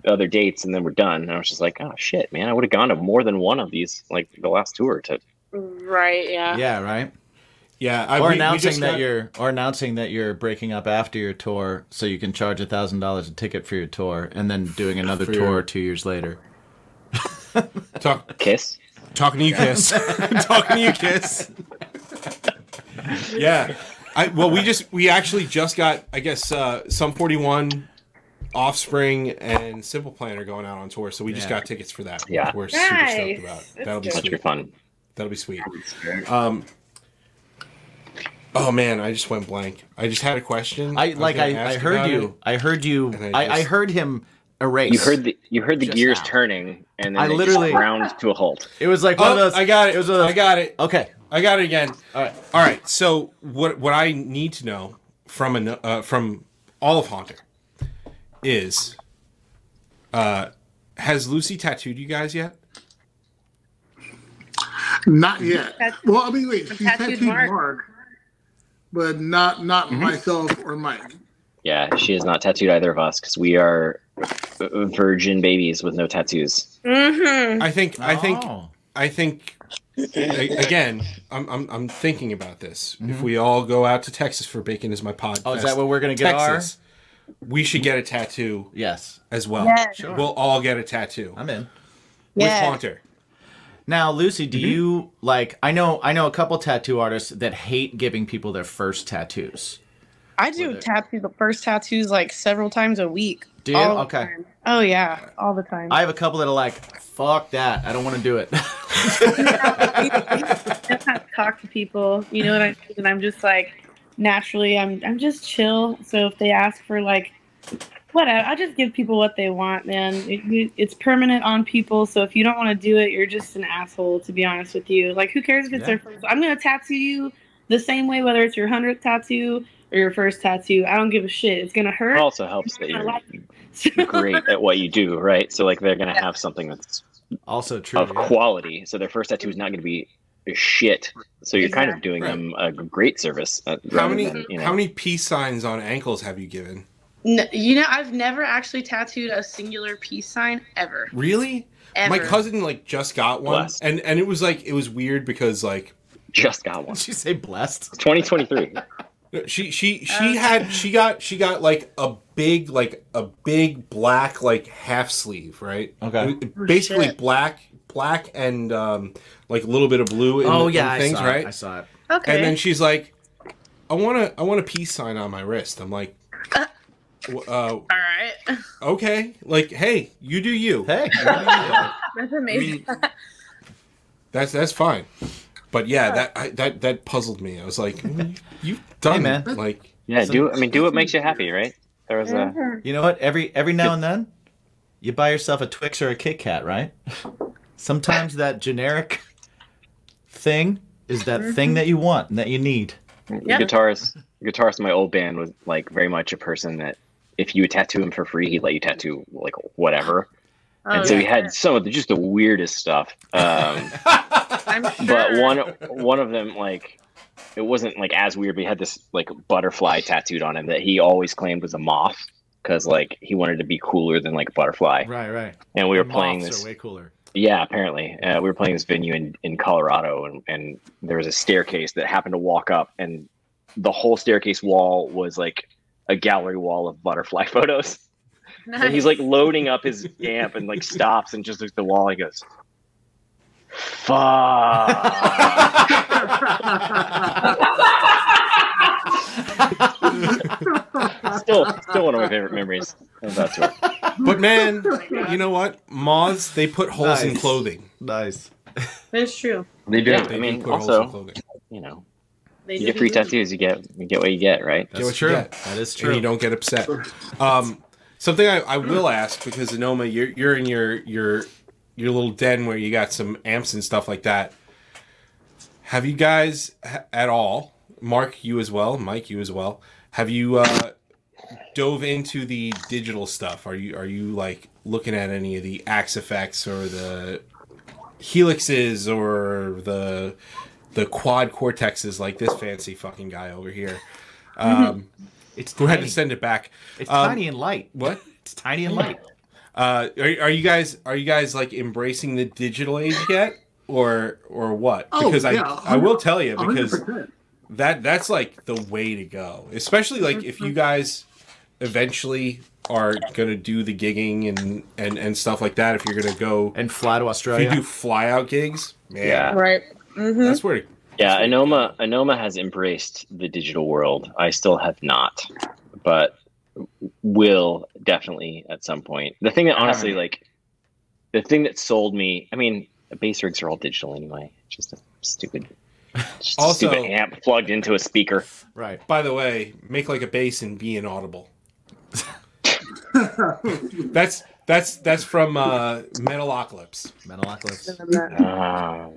H: other dates, and then we're done. And I was just like, oh shit, man, I would have gone to more than one of these like the last tour to
A: Mm-hmm. Right, yeah.
C: Yeah, right.
B: Yeah, I,
C: Or
B: Uh, we- we
C: announcing
B: just
C: that
B: got-
C: you're or announcing that you're breaking up after your tour so you can charge a $1000 a ticket for your tour and then doing another
B: For
C: tour
B: your-
C: 2 years later.
B: talk,
H: kiss.
B: talking to you, kiss. [LAUGHS] talking to you, kiss. yeah. I, well, we just we actually just got I guess uh, some 41, Offspring, and Simple Plan are going out on tour, so we just
C: Yeah.
B: got tickets for that.
H: Yeah.
B: we're
A: Nice.
B: super stoked
A: That's
B: about. That'll be
A: good.
H: That's
B: sweet.
H: your fun.
B: That'll be sweet.
I: Yeah.
B: Um, oh man, I just went blank. I just had a question.
C: I like
B: was
C: I,
B: gonna
C: I
B: ask
C: heard
B: about
C: you.
B: it.
C: I heard you.
B: And I
C: I, I,
B: just-
C: heard him erase.
H: You heard the you heard the
C: Just
H: gears
C: now.
H: turning, and then
C: I
H: they
C: literally-
H: just ground to a halt.
C: it was like one of
B: Oh,
C: those.
B: I got it.
C: It was one of those.
B: I got it.
C: Okay.
B: I got it again.
C: All right.
B: All right. So what what I need to know from an, uh, from all of Haunter is, uh, has Lucy tattooed you guys yet?
D: Not
H: Mm-hmm.
D: yet. Well, I mean, wait.
A: I've
D: She's
A: tattooed
D: tattooed
A: Mark.
D: Mark. but not not
I: Mm-hmm.
D: myself or Mike.
H: Yeah, she is not tattooed either of us because we are uh, virgin babies with no tattoos.
A: Mm-hmm.
B: I think I think
C: Oh.
B: I think a- again. I'm I'm, I'm thinking about this. If we all go out to Texas for bacon is my pod.
C: Oh, is
B: fest,
C: that what we're gonna get?
B: Texas, we should get a tattoo
C: Our? Yes.
B: as well.
A: Yes.
C: Sure.
B: We'll all get a tattoo
C: I'm in.
B: with
A: Yes.
B: Haunter.
C: Now, Lucy,
B: Mm-hmm.
C: do you like? I know. I know a couple tattoo artists that hate giving people their first tattoos.
J: I do tattoo the first tattoos like several times a week.
C: Do you?
J: All the
C: Okay.
J: time. Oh yeah, all the time.
C: I have a couple that are like, "Fuck that! I don't want to do it." [LAUGHS]
A: That's how I talk to people. You know what I mean? And I'm just like naturally I'm I'm just chill. So if they ask for like
J: Whatever. I just give people what they want, man. It, you- it's permanent on people. So if you don't want to do it, you're just an asshole. To be honest with you, like who cares if it's
C: Yeah.
J: their first? I'm gonna tattoo you the same way, whether it's your hundredth tattoo or your first tattoo. I don't give a shit. It's gonna
H: It
A: Mm-hmm.
B: Oh,
J: hurt.
H: also helps that
J: I
H: you're
J: like it. [LAUGHS] So-
H: great at what you do, right? So like they're gonna have something that's
C: Also true.
H: of
C: yeah.
H: quality. So their first tattoo is not gonna be shit. So you're kind of doing them a great service. uh,
B: How
H: rather
B: many
H: than,
A: Mm-hmm.
H: you know,
B: how many peace signs on ankles have you given?
J: N- you know, I've never actually tattooed a singular peace sign ever.
B: Really?
J: Ever.
B: My cousin like just got one,
H: Blessed.
B: and and it was like it was weird because like
H: just got one.
C: Did you say blessed?
B: [LAUGHS]
H: 2023.
B: she she
J: Oh.
B: she had she got she got like a big like a big black like half sleeve right
C: Okay.
B: It-
J: Oh,
B: it- basically black black and um like a little bit of blue in,
C: oh
B: in
C: yeah,
B: things
C: I saw
B: right
C: It. I saw it.
J: Okay.
B: and then she's like I want to I want a peace sign on my wrist I'm like w- uh,
A: All
J: [LAUGHS]
A: right.
B: okay like hey you do you
C: Hey, [LAUGHS]
A: That's amazing.
B: that's that's fine but yeah that I, that that puzzled me I was like mm, you've done
C: man.
B: like
H: Yeah,
C: So-
H: do I mean do what makes you happy, right? There was a
C: you know what? Every every now and then, you buy yourself a Twix or a Kit Kat, right? [LAUGHS] Sometimes that generic thing is
B: Mm-hmm.
C: that thing that you want and that you
H: [LAUGHS]
C: need.
A: Yeah.
H: The guitarist, the guitarist in my old band was like very much a person that if you would tattoo him for free, he'd let you tattoo like whatever.
J: Oh,
A: Oh,
H: and so he had some of the just the weirdest stuff. Um,
A: I'm sure.
H: but one one of them like it wasn't like as weird. But he had this like butterfly tattooed on him that he always claimed was a moth because like he wanted to be cooler than like a butterfly.
C: Right, right.
H: And we were
C: Moths
H: playing
C: are
H: this.
C: way
H: [LAUGHS]
C: cooler.
H: Yeah, apparently. Uh, we were playing this venue in, in Colorado, and, and there was a staircase that happened to walk up, and the whole staircase wall was like a gallery wall of butterfly [LAUGHS] photos. And he's like loading up his amp and like stops and just looks at the wall and goes, Fuck.
C: [LAUGHS]
H: Ah. still, still one of my favorite memories of that tour.
B: But man, you know what? Moths they put holes in
C: Nice.
B: clothing.
C: Nice.
J: That's true.
I: They do.
H: Yeah.
B: They
H: I
B: do
H: mean,
B: put
H: also-
B: holes in clothing.
H: You know,
J: They
H: you
J: did
H: get free
J: it.
H: tattoos, you get you get what you get, right?
B: Get what
C: That's
B: you
C: true.
B: get.
C: That is
B: And
C: true.
B: you don't get upset. Um, something I, I will ask because Anoma, you're you're in your your your little den where you got some amps and stuff like that. Have you guys h- at all, Mark, you as well, Mike, you as well, have you uh, dove into the digital stuff? Are you are you like looking at any of the Axe effects or the helixes or the the quad cortexes like this fancy fucking guy over here?
C: Mm-hmm.
B: Um,
C: It's
B: who
C: tiny.
B: had to send it back.
C: it's
B: um,
C: tiny and light.
B: What?
C: It's tiny and light.
B: Uh, are, are you guys are you guys like embracing the digital age yet, or or what?
D: Oh,
B: because
D: yeah,
B: I I will tell you because
D: 100%.
B: that that's like the way to go. Especially like if
D: Mm-hmm.
B: you guys eventually are gonna do the gigging and and and stuff like that. If you're gonna go,
C: And fly to
B: if you
C: Australia.
B: do fly out gigs, man,
H: Yeah.
J: Right. Mm-hmm.
B: that's where
H: Yeah, Anoma Anoma has embraced the digital world. I still have not, but will definitely at some point. The thing that honestly, like, the thing that sold me. I mean, bass rigs are all digital anyway. It's Just a stupid, just a
B: Also-
H: stupid amp plugged into a
B: [LAUGHS]
H: speaker.
C: right.
B: By the way, make like a bass and be inaudible.
D: [LAUGHS]
B: that's that's that's from uh, Metalocalypse.
C: Metalocalypse.
H: Uh,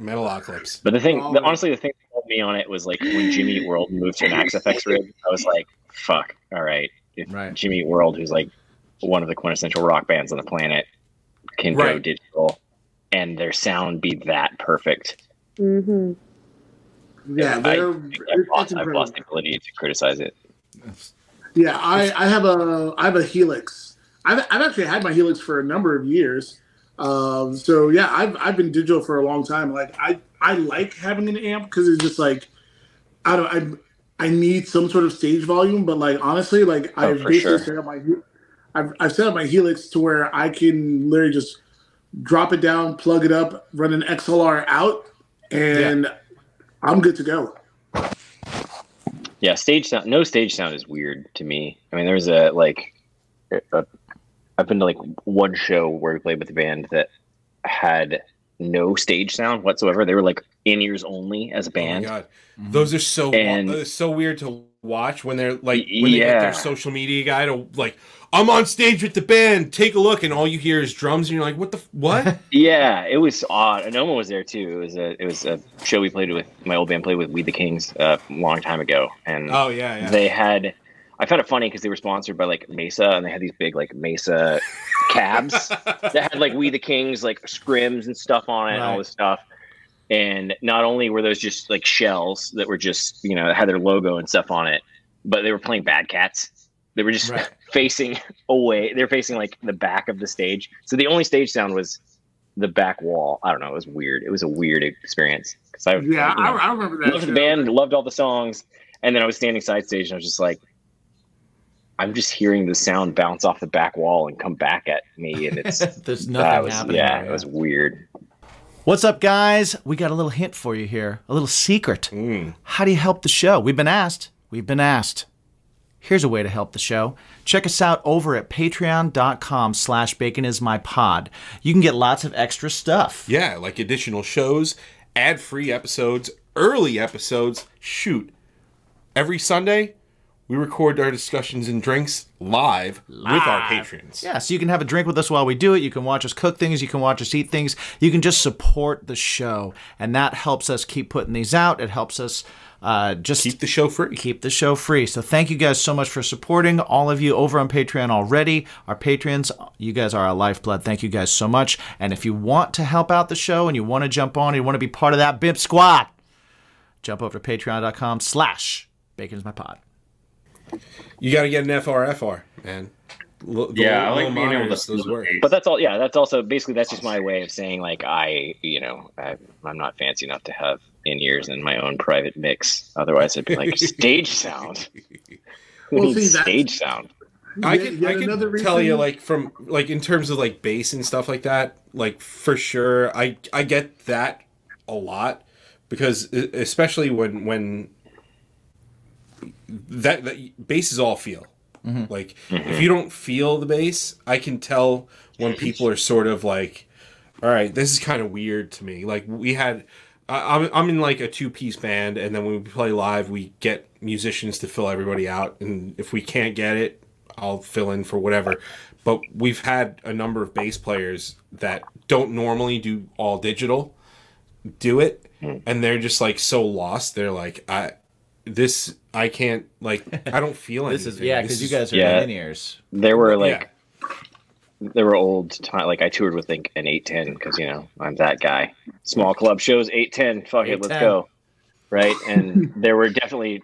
B: Metalocalypse.
H: but the thing, the,
D: Oh.
H: honestly, the thing that sold me on it was like when Jimmy Eat World moved to an
D: [LAUGHS]
H: Axe FX rig. I was like, fuck. All right, if
C: Right.
H: Jimmy Eat World, who's like one of the quintessential rock bands on the planet, can go
B: Right.
H: digital and their sound be that perfect.
J: Mm-hmm.
D: Yeah,
H: I,
D: they're,
H: have
D: that's
H: lost, I've
D: incredible.
H: lost the ability to criticize it.
D: Yeah, I, I have a I have a Helix. I've, I've actually had my Helix for a number of years. Um, so yeah, I've I've been digital for a long time. Like I I like having an amp because it's just like I don't I I need some sort of stage volume. But like honestly, like
H: Oh,
D: I've
H: for
D: basically
H: sure.
D: set up my I've, I've set up my Helix to where I can literally just drop it down, plug it up, run an XLR out, and I'm good to go.
H: Yeah, stage sound. No stage sound is weird to me. I mean, there's a like, a, a, I've been to like one show where we played with a band that had no stage sound whatsoever. They were like in ears only as a
B: Oh my
H: band.
B: god, those are so
H: And-
B: it's so weird to watch when they're like when they get
I: Yeah.
B: their social media guy to like I'm on stage with the band, take a look, and all you hear is drums, and you're like, what the f-
I: [LAUGHS]
B: what?
H: Yeah, it was odd. Anoma was there too. It was a it was a show we played with my old band played with We the Kings uh, a long time ago, and
B: oh yeah, yeah.
H: they had. I found it funny because they were sponsored by like Mesa, and they had these big like Mesa cabs that had like We the Kings like scrims and stuff on it, and all
C: Right.
H: this stuff. And not only were those just like shells that were just you know had their logo and stuff on it, but they were playing Bad Cats. They were just
C: Right.
H: facing [LAUGHS] away. They were facing like the back of the stage, so the only stage sound was the back wall. I don't know. It was weird. It was a weird experience because I
D: Yeah,
H: you know,
D: I, I remember that.
H: loved the
D: show.
H: band, loved all the songs, and then I was standing side stage and I was just like, I'm just hearing the sound bounce off the back wall and come back at me, and it's
C: [LAUGHS] There's
H: that
C: nothing
H: was
C: happening.
H: yeah,
C: there,
H: it was weird.
C: What's up, guys? We got a little hint for you here, a little secret.
B: Mm.
C: How do you help the show? We've been asked. We've been asked. Here's a way to help the show. Check us out over at patreon.com slash baconismypod. You can get lots of extra stuff.
B: Yeah, like additional shows, ad free episodes, early episodes. Shoot. Every Sunday, we record our discussions and drinks live, with our patrons.
C: Yeah, so you can have a drink with us while we do it. You can watch us cook things. You can watch us eat things. You can just support the show. And that helps us keep putting these out. It helps us uh, just
B: Keep the show free.
C: keep the show free. So thank you guys so much for supporting all of you over on Patreon already. Our patrons, you guys are our lifeblood. Thank you guys so much. And if you want to help out the show and you want to jump on, you want to be part of that BIMP squad, jump over to patreon.com slash bacon's my pod.
B: You got to get an FRFR, man. L- the
I: yeah, I
B: little
I: like being able
B: monitors,
I: to.
B: those work.
I: facilitate.
H: But that's all. Yeah, that's also basically that's just my way of saying like I, you know, I, I'm not fancy enough to have in ears and my own private mix. Otherwise, it'd
D: [LAUGHS]
H: be like stage sound. We
D: Well,
H: need
D: see, that's-
H: stage sound.
B: I
D: Yet-
B: can,
D: yet
B: I can
D: another
B: tell
D: reason-
B: you like from like in terms of like bass and stuff like that like for sure I I get that a lot because e- especially when when that, that bass is all feel
D: Mm-hmm.
B: like if you don't feel the bass I can tell when people are sort of like all right this is kind of weird to me like we had I, I'm, I'm in like a two piece band and then when we play live we get musicians to fill everybody out and if we can't get it i'll fill in for whatever but we've had a number of bass players that don't normally do all digital do it and they're just like so lost they're like i this i can't like i don't feel
C: [LAUGHS]
B: anything
C: This is, yeah, because
B: This
C: you guys
B: is-
C: are
H: Yeah.
C: linears.
H: There were like
B: yeah.
H: there were old time like I toured with like an eight ten because you know I'm that guy. Small club shows eight ten. Fuck it, let's
C: 810.
H: go. Right, and there were definitely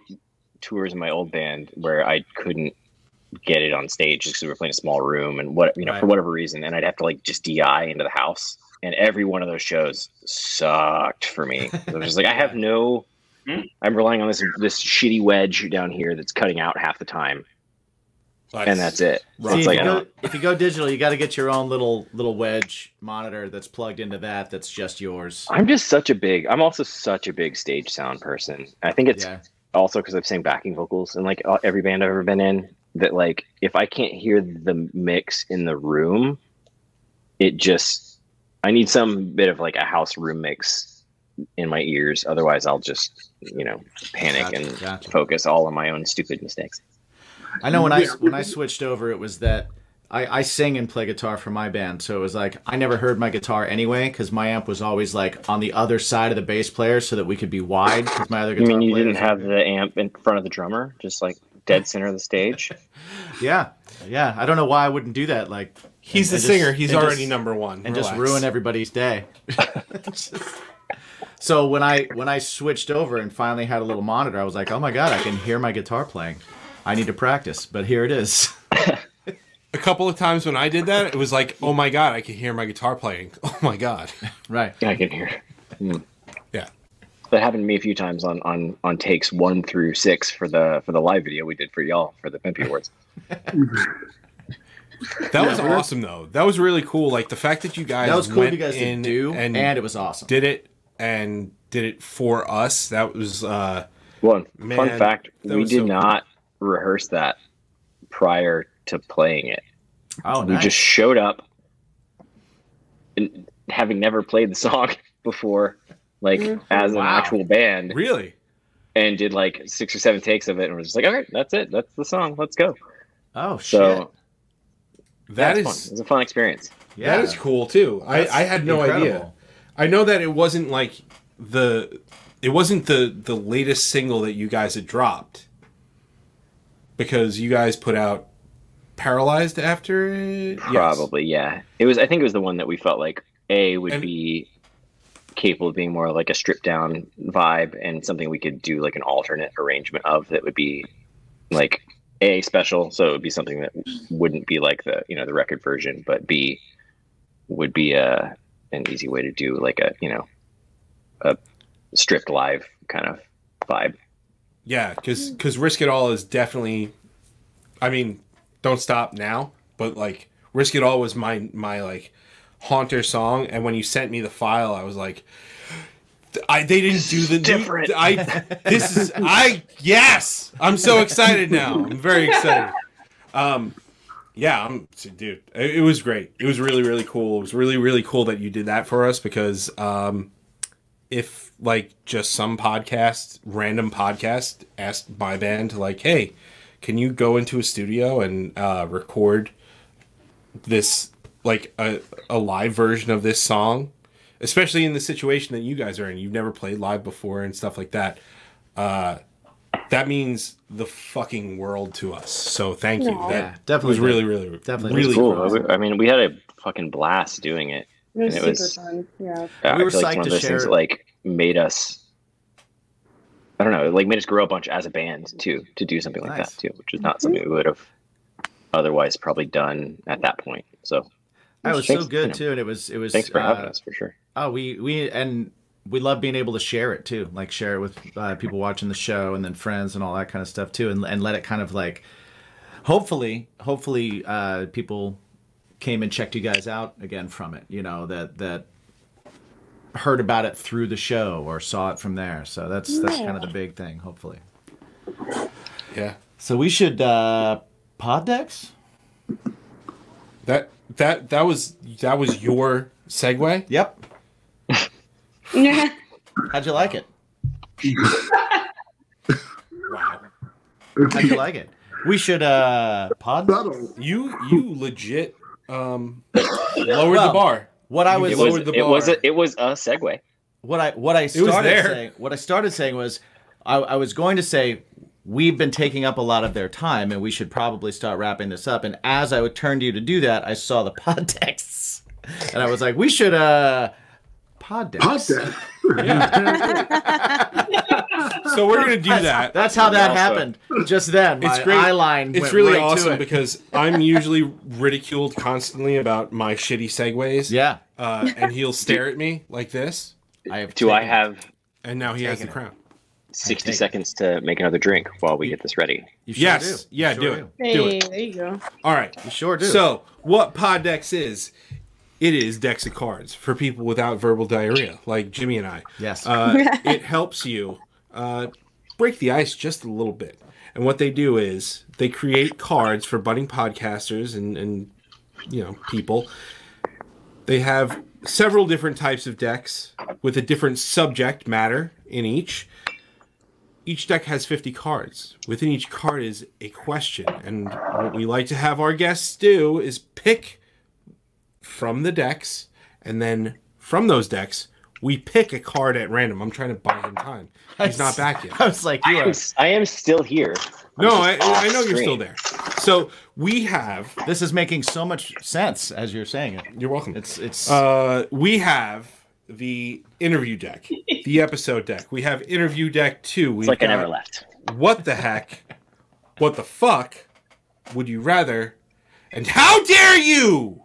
H: tours in my old band where I couldn't get it on stage just because we were playing a small room and what you know for
C: Right.
H: whatever reason, and I'd have to like just di into the house. And every one of those shows sucked for me. 'Cause I was just like, I have no. I'm relying on this this shitty wedge down here that's cutting out half the time,
B: like,
H: and that's it. So
C: See,
H: it's
C: if,
H: like,
C: you
H: I
C: go,
H: don't-
C: if you go digital, you got to get your own little little wedge monitor that's plugged into that. That's just yours.
H: I'm just such a big. I'm also such a big stage sound person. I think it's
C: Yeah.
H: also because I've sang backing vocals in like uh, every band I've ever been in. That like if I can't hear the mix in the room, it just I need some bit of like a house room mix in my ears. Otherwise, I'll just you know panic
C: Gotcha,
H: and
C: gotcha.
H: focus all on my own stupid mistakes.
C: I know when I
D: Yeah.
C: when I switched over, it was that I, I sing and play guitar for my band, so it was like I never heard my guitar anyway because my amp was always like on the other side of the bass player, so that we could be wide. Because my other
H: You
C: guitar
H: mean you
C: player-
H: didn't have the amp in front of the drummer, just like dead center of the [LAUGHS] stage?
C: Yeah, yeah. I don't know why I wouldn't do that. Like
B: he's the
C: and just-
B: singer he's
C: and just-
B: already number one
C: and just
B: Relax.
C: ruin everybody's
H: [LAUGHS]
C: day. so when I when I switched over and finally had a little monitor, I was like, oh my god, I can hear my guitar playing. I need to practice, but here it is. [LAUGHS]
B: a couple of times when i did that it was like oh my god i can hear my guitar playing [LAUGHS] oh my god
C: right.
H: I can hear.
B: yeah
H: that happened to me a few times on on on takes one through six for the for the live video we did for y'all for the
B: [LAUGHS]
H: Pimpy Awards.
B: That was awesome though. That was really cool. Like the fact that you guys
C: That was cool.
B: went
C: You guys
B: in
C: did do,
B: and,
C: and, it was awesome.
B: did it and did it for us. That was uh
H: Well,
B: Man,
H: fun fact:
B: that
H: we
B: was
H: did
B: so cool.
H: not rehearse that prior to playing it.
C: oh,
H: We
C: nice.
H: just showed up, and [LAUGHS]
B: Mm-hmm.
H: having never played the song before, like as an
C: Wow.
H: actual band,
B: really
H: and did like six or seven takes of it, and was just like, all right, that's it, that's the song, let's go.
C: Oh
H: So
B: That
H: that
B: is
H: is fun. it's a fun experience.
B: that is cool too. I,
C: That's
B: I had no idea.
C: incredible.
B: I know that it wasn't like the it wasn't the the latest single that you guys had dropped because you guys put out paralyzed after it. Yes.
H: Probably, yeah. It was. I think it was the one that we felt like a would
B: And-
H: be capable of being more like a stripped down vibe and something we could do like an alternate arrangement of that would be like a special. So it would be something that wouldn't be like the you know the record version, but b would be a an easy way to do like a you know a stripped live kind of vibe.
B: Yeah, because Risk It All is definitely, I mean, don't stop now, but like Risk It All was my my like haunter song, and when you sent me the file, I was like, I they didn't do the
H: different.
B: New, I this is I yes, I'm so excited now. I'm very excited. Um, yeah, I'm dude. It, it was great. It was really really cool. It was really really cool that you did that for us because um, if like just some podcast, random podcast, asked my band to like, hey, can you go into a studio and uh, record this like a, a live version of this song, especially in the situation that you guys are in. You've never played live before and stuff like that. Uh, that means the fucking world to us. So thank you.
J: Yeah.
B: That
C: Yeah, definitely
B: was
C: did.
B: really, really,
C: Definitely
B: really
C: did.
H: Cool.
B: cool.
H: I mean, we had a fucking blast doing it.
J: It was
H: And
J: super
H: it was-
J: fun. Yeah.
H: Uh,
C: We
H: I
C: were
H: feel
C: psyched
H: like it's one
C: to
H: of those things
C: share-
H: that like made us. I don't know, it, like made us grow a bunch as a band too to do something like
C: Nice.
H: that too, which is
J: Mm-hmm.
H: not something we would have otherwise probably done at that point. So
C: That was
H: Thanks-
C: so good too, and it was it was.
H: thanks for having
C: uh,
H: us for sure.
C: Oh, we we and we love being able to share it too, like share it with uh, people watching the show and then friends and all that kind of stuff too, and and let it kind of like, hopefully, hopefully, uh, people came and checked you guys out again from it. You know that that heard about it through the show or saw it from there. So that's that's kind of the big thing, hopefully.
B: Yeah.
C: So we should uh, pod decks.
B: That that that was that was your segue.
C: Yep.
J: Yeah.
C: How'd you like it?
B: Wow.
C: How'd you like it? We should uh, pod.
D: Subtle.
B: You you legit um lowered the
C: Well,
B: bar.
C: What I
B: You
C: was
H: It was
B: lowered the
H: it was
B: bar.
H: a, it was a segue.
C: what I what I
B: was
C: started
B: there.
C: saying what I started saying was I, I was going to say we've been taking up a lot of their time and we should probably start wrapping this up. And as I would turn to you to do that, I saw the [LAUGHS] pod texts. And I was like, we should uh pod decks.
D: Hot dad.
B: So we're gonna do that.
C: That's how that
H: Also-
C: happened. Just then. My
B: It's great.
C: eye line
B: It's
C: went
B: really
C: right to
B: awesome
C: it.
B: because I'm usually ridiculed constantly about my shitty segues.
C: Yeah.
B: Uh, and he'll stare at me like this,
C: I have
H: Do I
C: taken-
H: have
B: and now he has the
C: Taking it.
B: crown.
H: sixty
C: Thank you.
H: seconds to make another drink while we get this ready?
C: you sure
B: Yes.
C: do. You
B: Yeah,
C: sure
B: do it. Do
J: Hey,
B: it.
J: there you go.
B: All right.
C: You sure do.
B: So, what Poddex is, it is decks of cards for people without verbal diarrhea, like Jimmy and I.
C: Yes.
B: Uh, it helps you uh, break the ice just a little bit. And what they do is they create cards for budding podcasters and, and you know people. They have several different types of decks with a different subject matter in each. Each deck has 50 cards. Within each card is a question. And what we like to have our guests do is pick from the decks, and then from those decks, we pick a card at random. I'm trying to buy him time. He's not back yet.
C: [LAUGHS] I was like, you
H: I
C: are
H: am, s- I am still here. [LAUGHS] I'm
B: No,
H: just
B: I,
H: off
B: I know you're
H: screen.
B: still there. So we have.
C: this is making so much sense as you're saying it.
B: You're welcome.
C: It's it's
B: Uh, we have the interview deck,
I: [LAUGHS]
B: the episode deck. We have interview deck two. We've
H: It's like I
B: got
H: never left.
B: What the heck? what the fuck? Would you rather? And how dare you?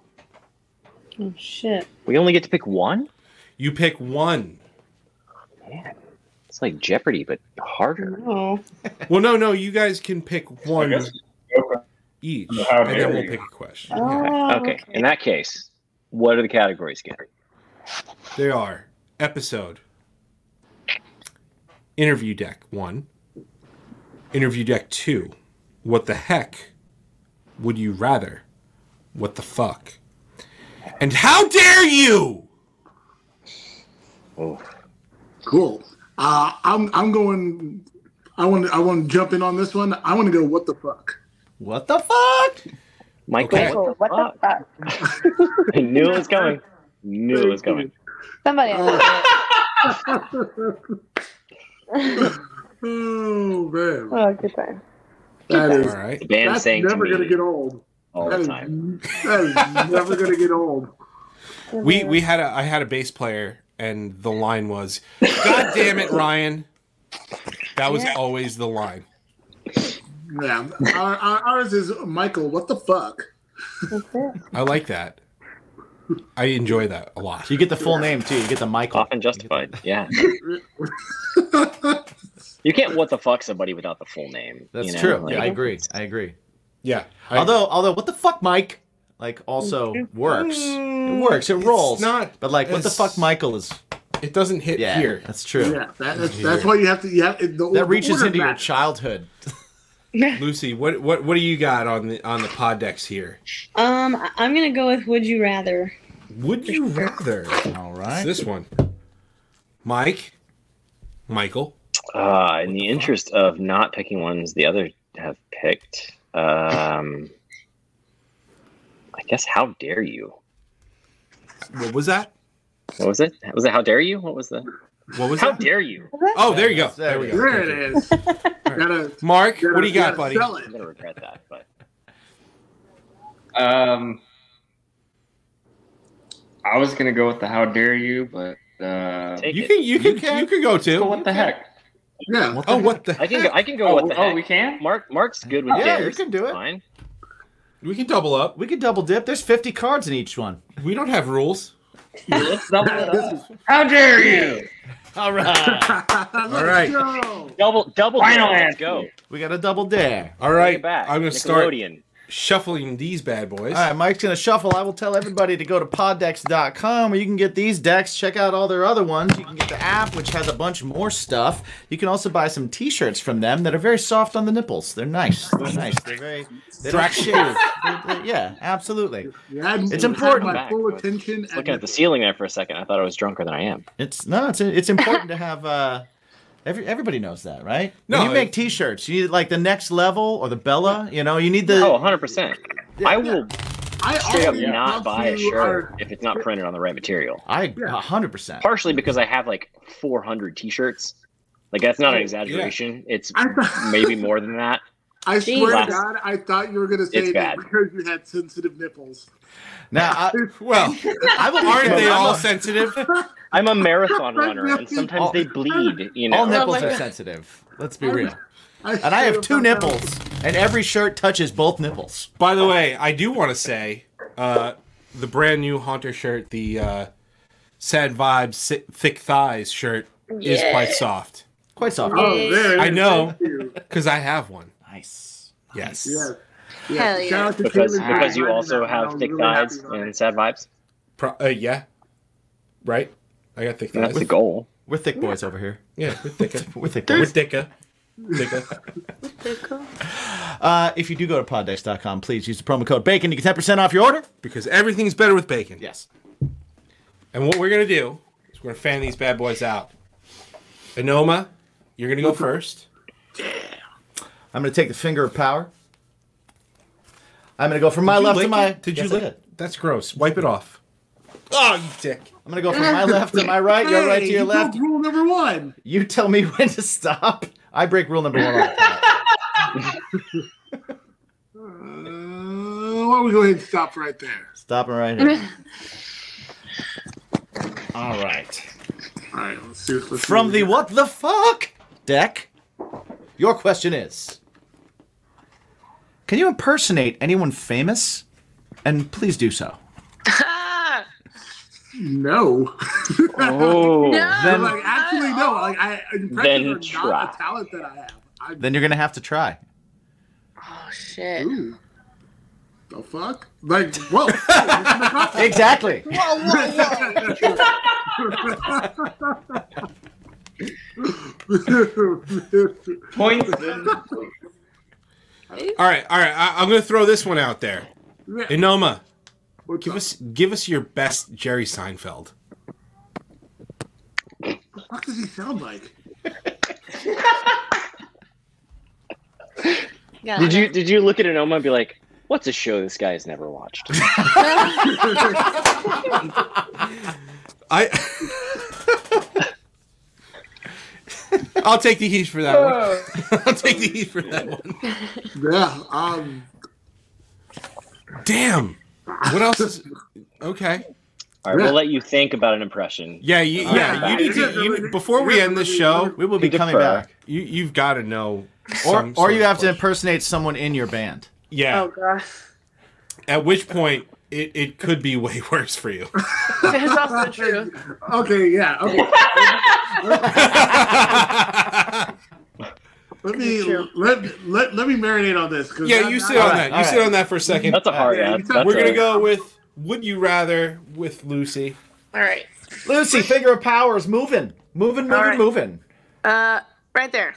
J: Oh shit.
H: We only get to pick one.
B: You pick one.
H: It's like Jeopardy, but harder.
J: Oh.
B: Well, no, no. You guys can pick one
I: guess- Okay.
B: each,
I: How
B: and
I: dare
B: then we'll
I: you.
B: pick a question.
J: Oh,
H: okay. In that case, what are the categories again?
B: They are episode, interview deck one, interview deck two. What the heck would you rather? What the fuck? And how dare you?
D: Cool. Uh, I'm I'm going I want I want to jump in on this one. I want to go. What the fuck?
C: What the fuck?
H: Michael,
B: Okay.
H: what
K: what the fuck?
H: the- I [LAUGHS] knew it was coming. Knew it was coming.
K: Somebody [LAUGHS] else.
D: Oh man,
J: Oh, good time.
D: that
B: All
D: is
B: right.
H: The band
D: that's
H: sang to
D: never
H: me
D: gonna get old.
H: all
D: That
H: the
D: is,
H: time.
D: that is never gonna get old.
B: We we had a I had a bass player and the line was, "God damn it, Ryan." That was always the line.
D: Yeah, Our, our, ours is Michael. What the fuck?
B: I like that. I enjoy that a lot.
C: You get the full name too. You get the Michael. [LAUGHS]
H: Often justified. [LAUGHS] Yeah. You can't what the fuck somebody without the full name.
C: That's
H: you know?
C: true.
H: Like,
C: I agree. I agree.
B: Yeah. I-
C: although, although, what the fuck, Mike? Like, also works. It works. It
B: Mm-hmm. Mm, it's
C: rolls.
B: not
C: But like, what the
B: as-
C: fuck, Michael is?
B: it doesn't hit
C: Yeah,
B: here.
C: that's true.
D: Yeah, that, that's that's why you have to. You have, the, the
C: That reaches
D: order
C: into your
D: matters.
C: childhood.
B: Lucy, what what what do you got on the on the pod decks here?
J: [LAUGHS] Um, I- I'm gonna go with Would You Rather.
B: Would you rather?
C: All
B: It's
C: right.
B: this one, Mike, Michael.
H: Uh, in the interest of not picking ones the other have picked, um, I guess how dare you?
B: What was that?
H: What was it? Was it how dare you? What was that?
B: What was
H: How
B: that?
H: dare you?
B: Oh, there you go.
C: There
B: There
C: we
B: we
C: go.
B: go.
D: There
B: Thank you.
D: it
J: [LAUGHS]
D: is. gotta,
B: Mark,
D: gotta-
B: what do you got,
D: gotta
B: buddy?
D: Sell
H: I'm
D: it.
H: gonna regret that, but
I: Um, I was gonna go with the how dare you, but uh,
H: take
B: You
H: it.
B: can you can you can go
I: so
B: too.
I: what the heck?
D: Yeah.
B: Oh, what the?
H: I can go. I can go.
I: Oh,
H: what the
I: oh,
H: heck?
I: we can.
H: Mark. Mark's good with
C: Yeah,
H: dares.
C: you can do it.
H: Fine.
B: We can double up.
C: We could double dip. There's 50 cards in each one.
B: We don't have rules.
I: Let's double [LAUGHS] it up.
D: [LAUGHS]
K: How dare you?
C: All
B: [LAUGHS]
C: right.
B: All right.
D: Yo.
H: Double. Double.
I: Final
H: dare. Let's
I: answer.
H: go.
C: we got a double dare.
B: All
H: Bring
B: right.
H: it back.
B: I'm gonna start
H: Nickelodeon.
B: shuffling these bad boys.
C: All right, Mike's gonna shuffle. I will tell everybody to go to poddex.com where you can get these decks. Check out all their other ones. You can get the app, which has a bunch more stuff. You can also buy some T-shirts from them that are very soft on the nipples. They're nice. They're nice. They're very. They don't shave. They- they- yeah, absolutely.
D: You had-
C: It's
D: you
C: important.
D: had My full attention.
H: Just Looking at the ceiling there for a second, I thought I was drunker than I am.
C: It's no. It's it's important to have. Uh, every, everybody knows that, right? When
B: No,
C: you make
B: it-
C: T-shirts. You need like the next level or the Bella. You know, you need the.
H: Oh, 100 percent. I will
D: I
H: straight up
D: always
H: not
D: love
H: buy a
D: to-
H: shirt if it's not printed on the right material.
C: I a hundred percent.
H: partially because I have like 400 t-shirts. Like that's not an exaggeration. It's
D: I thought-
H: maybe more than that.
D: I swear
H: Last-
D: to God, I thought you were going to say
H: It's
D: that
H: bad.
D: because you had sensitive nipples.
C: Now, I,
B: Well,
C: I will.
B: aren't they
C: I'm
B: all
C: a-
B: sensitive? [LAUGHS]
H: I'm a marathon runner, and sometimes
C: All-
H: they bleed. You know,
C: All nipples
A: my
C: are
A: God.
C: sensitive. Let's be real. And
D: swear
C: I
D: to
C: have two
D: God.
C: nipples, and every shirt touches both nipples.
B: By the way, I do want to say uh, the brand new Haunter shirt, the uh, Sad Vibes Si- Thick Thighs shirt, is quite soft
C: Quite soft.
D: Oh, there. it
B: I
D: is.
B: know.
D: Thank you.
B: because I have one.
C: Nice.
B: Yes.
D: Yes. yes.
A: Hell yeah.
D: Shout out to
H: because
D: Kaylee
H: because
D: for finding
H: you also
D: that.
H: have
D: I'm
H: thick
D: really happy
H: thighs
D: about it.
H: and sad vibes.
B: Pro- uh, yeah. Right? I got thick
H: And
B: thighs.
H: that's the goal.
C: We're thick boys over here.
B: Yeah, we're
C: [LAUGHS]
B: thicker.
C: We're thick
B: we're
C: boys.
B: thicker. Thicker.
C: Uh, if you do go to poddex.com, please use the promo code BACON. You get 10% off your order.
B: Because everything's better with bacon.
C: Yes.
B: And what we're going to do is we're going to fan these bad boys out. Anoma, you're going to go first.
C: I'm going to take the finger of power. I'm going to go from my
B: Did you
C: left
B: lick
C: to my.
B: it? Did
C: Yes,
B: you
C: I
B: lick That's gross. Wipe it off. Oh, you dick.
C: I'm going to go from my left to my right. Your right to
D: Hey,
C: your
D: you broke
C: left.
D: Rule number one.
C: You tell me [LAUGHS] when to stop. I break rule number one. all the time.
D: Uh, why don't we go ahead and stop right there?
C: Stop it right here. All right.
D: All right, let's see. Let's
C: From
D: see.
C: the what the fuck deck, your question is Can you impersonate anyone famous? And please do so.
A: Ah,
D: no, [LAUGHS]
H: Oh,
C: Then,
D: like actually no. Like I
H: Then
D: impressions are
H: try.
D: not a talent that I have. I,
C: then you're going to have to try.
A: oh shit.
D: ooh, the fuck? Like [LAUGHS] whoa! whoa,
C: [LAUGHS] Exactly.
D: [LAUGHS]
I: Points.
B: All right, all right. I, I'm going to throw this one out there.
D: Yeah,
B: Enoma,
D: what's
B: give
D: up?
B: us give us your best Jerry Seinfeld.
D: What does he sound like?
A: Yeah.
H: Did you did you look at Anoma and be like, "What's a show this guy's
C: [LAUGHS]
H: never watched?"
B: I. [LAUGHS] I'll take the heat for that one. [LAUGHS] I'll take the heat for that one.
D: [LAUGHS] Yeah. Um,
B: Damn. What else is okay?
H: All right, we'll let you think about an impression.
B: Yeah, you,
H: Uh,
B: yeah. You need to. You, before we end this show,
C: We will be coming back.
B: You you've got to know,
C: Or,
B: some
C: or
B: sort
C: you
B: of
C: have to
B: question.
C: impersonate someone in your band.
B: Yeah.
A: Oh gosh.
B: At which point, it, it could be way worse for you.
A: That's also true.
D: Okay, yeah. Okay. let me let, let let me marinate on this. 'cause
B: Yeah,
D: that-
B: you sit on that. You sit on that for a second.
H: That's a hard
D: Yeah,
H: ad.
D: you
H: That's
B: We're gonna
H: a-
B: go with "Would you rather" with Lucy.
A: All right.
C: Lucy, figure of power is moving, moving, moving,
A: Alright.
C: moving.
A: Uh, right there.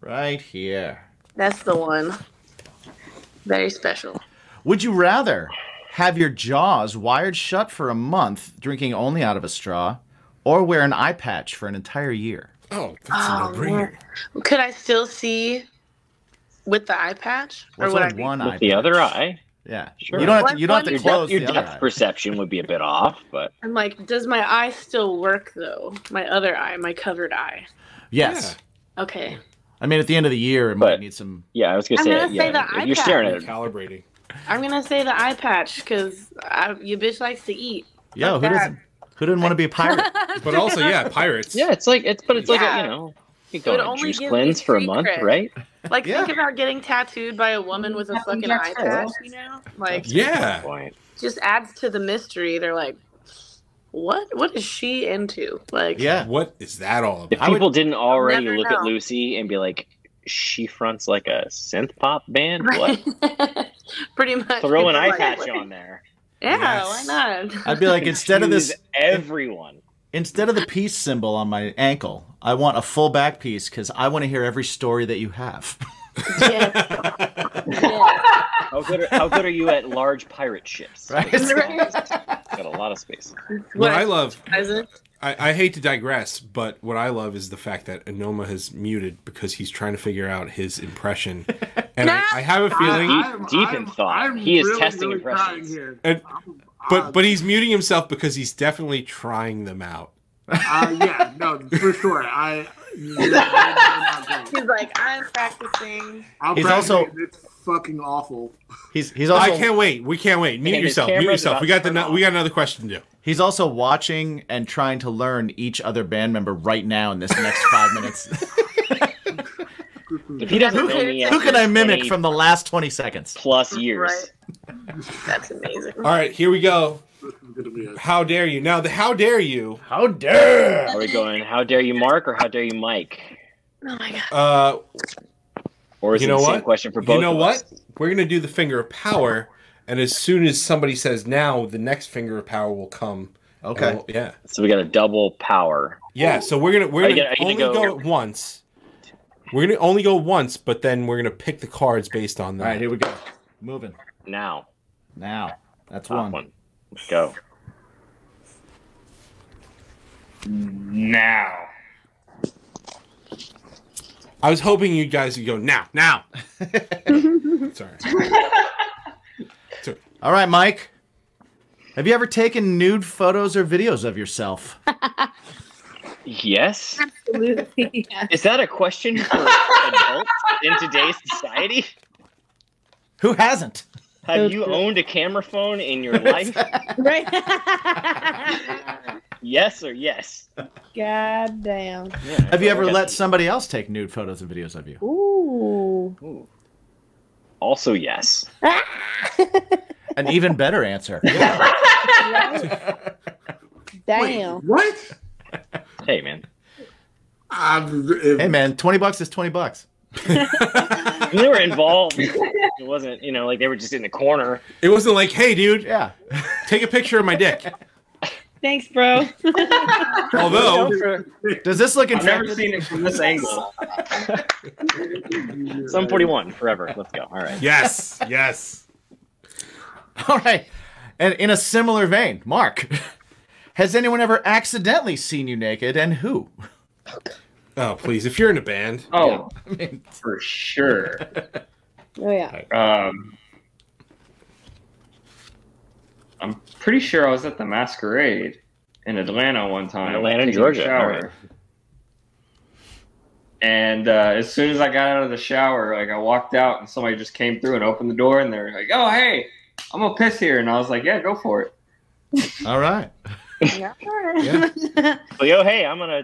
C: Right here.
A: That's the one. Very special.
C: Would you rather have your jaws wired shut for a month, drinking only out of a straw, or wear an eye patch for an entire year?
B: Oh,
A: oh, Lord. Could I still see with the eye patch,
C: What's
A: would
C: on one eye?
H: With the other eye.
C: Yeah,
H: Sure.
C: you don't have to. You don't have
A: One-
C: to
H: Your
C: close
H: depth, your
C: the other
H: depth
C: eye.
H: perception would be a bit off, but
A: I'm like, does my eye still work though? My other eye, my covered eye.
C: Yes,
A: Okay.
C: I mean at the end of the year, it might need some.
H: yeah, I was gonna
A: I'm
H: say,
A: gonna say
H: yeah,
A: the
H: if
A: eye
H: you're staring at it,
A: [LAUGHS]
B: Calibrating.
A: I'm gonna say the eye patch because your bitch likes to eat.
C: Yo, who doesn't? Who didn't want to be a pirate?
B: But also, yeah, pirates.
H: yeah, it's like it's, but it's like
A: Yeah.
H: a, you know, you go
A: It would
H: on a
A: only
H: juice
A: give me
H: cleanse for a
A: street
H: month,
A: cred.
H: right?
A: Like, think about getting tattooed by a woman with a fucking eye patch. You know, like,
B: Yeah.
H: Point.
A: just adds to the mystery. They're like, what? What is she into? Like,
C: Yeah,
B: What is that all about?
H: If people didn't already
A: never
H: look at
A: know.
H: Lucy and be like, she fronts like a synth pop band,
A: [LAUGHS]
H: what?
A: pretty much.
H: Throw an
A: people
H: eye
A: like-
H: patch on there.
A: Yeah,
B: Yes.
A: why not?
C: I'd be like instead of this,
H: Confuse everyone.
C: instead of the peace symbol on my ankle, I want a full back piece because I want to hear every story that you have. [LAUGHS]
A: Yeah. Yeah.
H: How good, are, how good are you at large pirate ships?
C: Right.
H: Got a lot of space.
B: [LAUGHS] What
A: What?
B: I love,
A: As in-
B: I, I hate to digress, but what I love is the fact that Anoma has muted because he's trying to figure out
A: [LAUGHS]
B: his impression, and I, I have a feeling.
A: Ah.
H: Deep- deep in thought. He is testing
D: trying
H: impressions.
D: here. Um,
B: and-
D: I'm-
B: but but he's muting himself because he's definitely trying them out.
D: uh, yeah, no, for sure. I.
H: [LAUGHS]
D: they're- they're not great.
A: He's like, I'm practicing.
D: I'm
C: He's also-
D: practicing, It's fucking awful.
C: He's he's also
B: I can't wait. We can't wait. Mute
H: And his
B: yourself. Mute
H: camera's
B: yourself.
H: about
B: We got the
H: to turn
B: no- we got another question to do.
C: He's also watching and trying to learn each other band member right now in this next five [LAUGHS] minutes.
H: If he doesn't know me,
C: Who can I mimic
H: any
C: from the last 20 seconds?
H: plus years?
A: That's amazing.
B: All right, here we go.
D: It's gonna be a-
B: How dare you? Now the how dare you?
C: How dare!
H: Are we going? How dare you, Mark, or how dare you, Mike?
A: Oh my
J: [LAUGHS]
A: god.
B: Uh,
H: Or is
B: you
H: it
B: know
H: the same
B: what?
H: question for both?
B: you know
H: of
B: what?
H: us?
B: We're gonna do the finger of power, and as soon as somebody says now, the next finger of power will come. and
C: Okay.
B: we'll- yeah.
H: So we got a double power.
B: Yeah, so we're gonna we're
H: Are
B: gonna
H: you gonna- are
B: only
H: you gonna
B: go,
H: go-
B: at once. We're gonna only go once, but then we're gonna pick the cards based on that.
C: All right, here we go. Moving.
H: Now,
C: Now. That's
H: top
C: one.
H: one. Let's go.
I: Now.
B: I was hoping you guys would go now,
H: [LAUGHS]
B: now. Sorry. Sorry.
C: All right, Mike. Have you ever taken nude photos or videos of yourself?
H: Yes. [LAUGHS]
J: Absolutely. Yeah.
H: Is that a question for adults in today's society?
C: [LAUGHS] Who hasn't?
H: Have you owned a camera phone in your life?
J: Right.
H: yes or yes.
J: God damn.
H: Yeah,
C: Have you ever
H: okay.
C: let somebody else take nude photos and videos of you?
J: Ooh.
H: Ooh. Also yes.
C: An even better answer.
J: Damn.
D: What?
H: Hey man,
D: I'm,
C: [LAUGHS] Hey, man, 20 bucks is 20 bucks.
H: they were involved. It wasn't, you know, like they were just in the corner.
B: It wasn't like, hey, dude,
C: Yeah.
B: take a picture of my
H: [LAUGHS]
B: dick.
J: Thanks, bro.
B: Although,
C: Does this look
I: I've never
C: infected?
I: seen it from this angle.
H: Some forty-one forever. Let's go. All right.
B: yes, yes.
C: All right. And in a similar vein, Mark, [LAUGHS] has anyone ever accidentally seen you naked and who?
L: [LAUGHS]
B: Oh, please, if you're in a band,
I: Oh,
C: I mean,
I: for sure.
L: Oh yeah.
I: Um, I'm pretty sure I was at the masquerade in Atlanta one time.
H: Atlanta,
I: taking a
H: Georgia,
I: Shower.
H: alright.
I: And uh, as soon as I got out of the shower, like I walked out, and somebody just came through and opened the door, and they're like, "Oh, hey, I'm gonna piss here," and I was like, "Yeah, go for it."
C: All right. [LAUGHS]
I: Yeah.
H: Well, yo, hey, I'm gonna.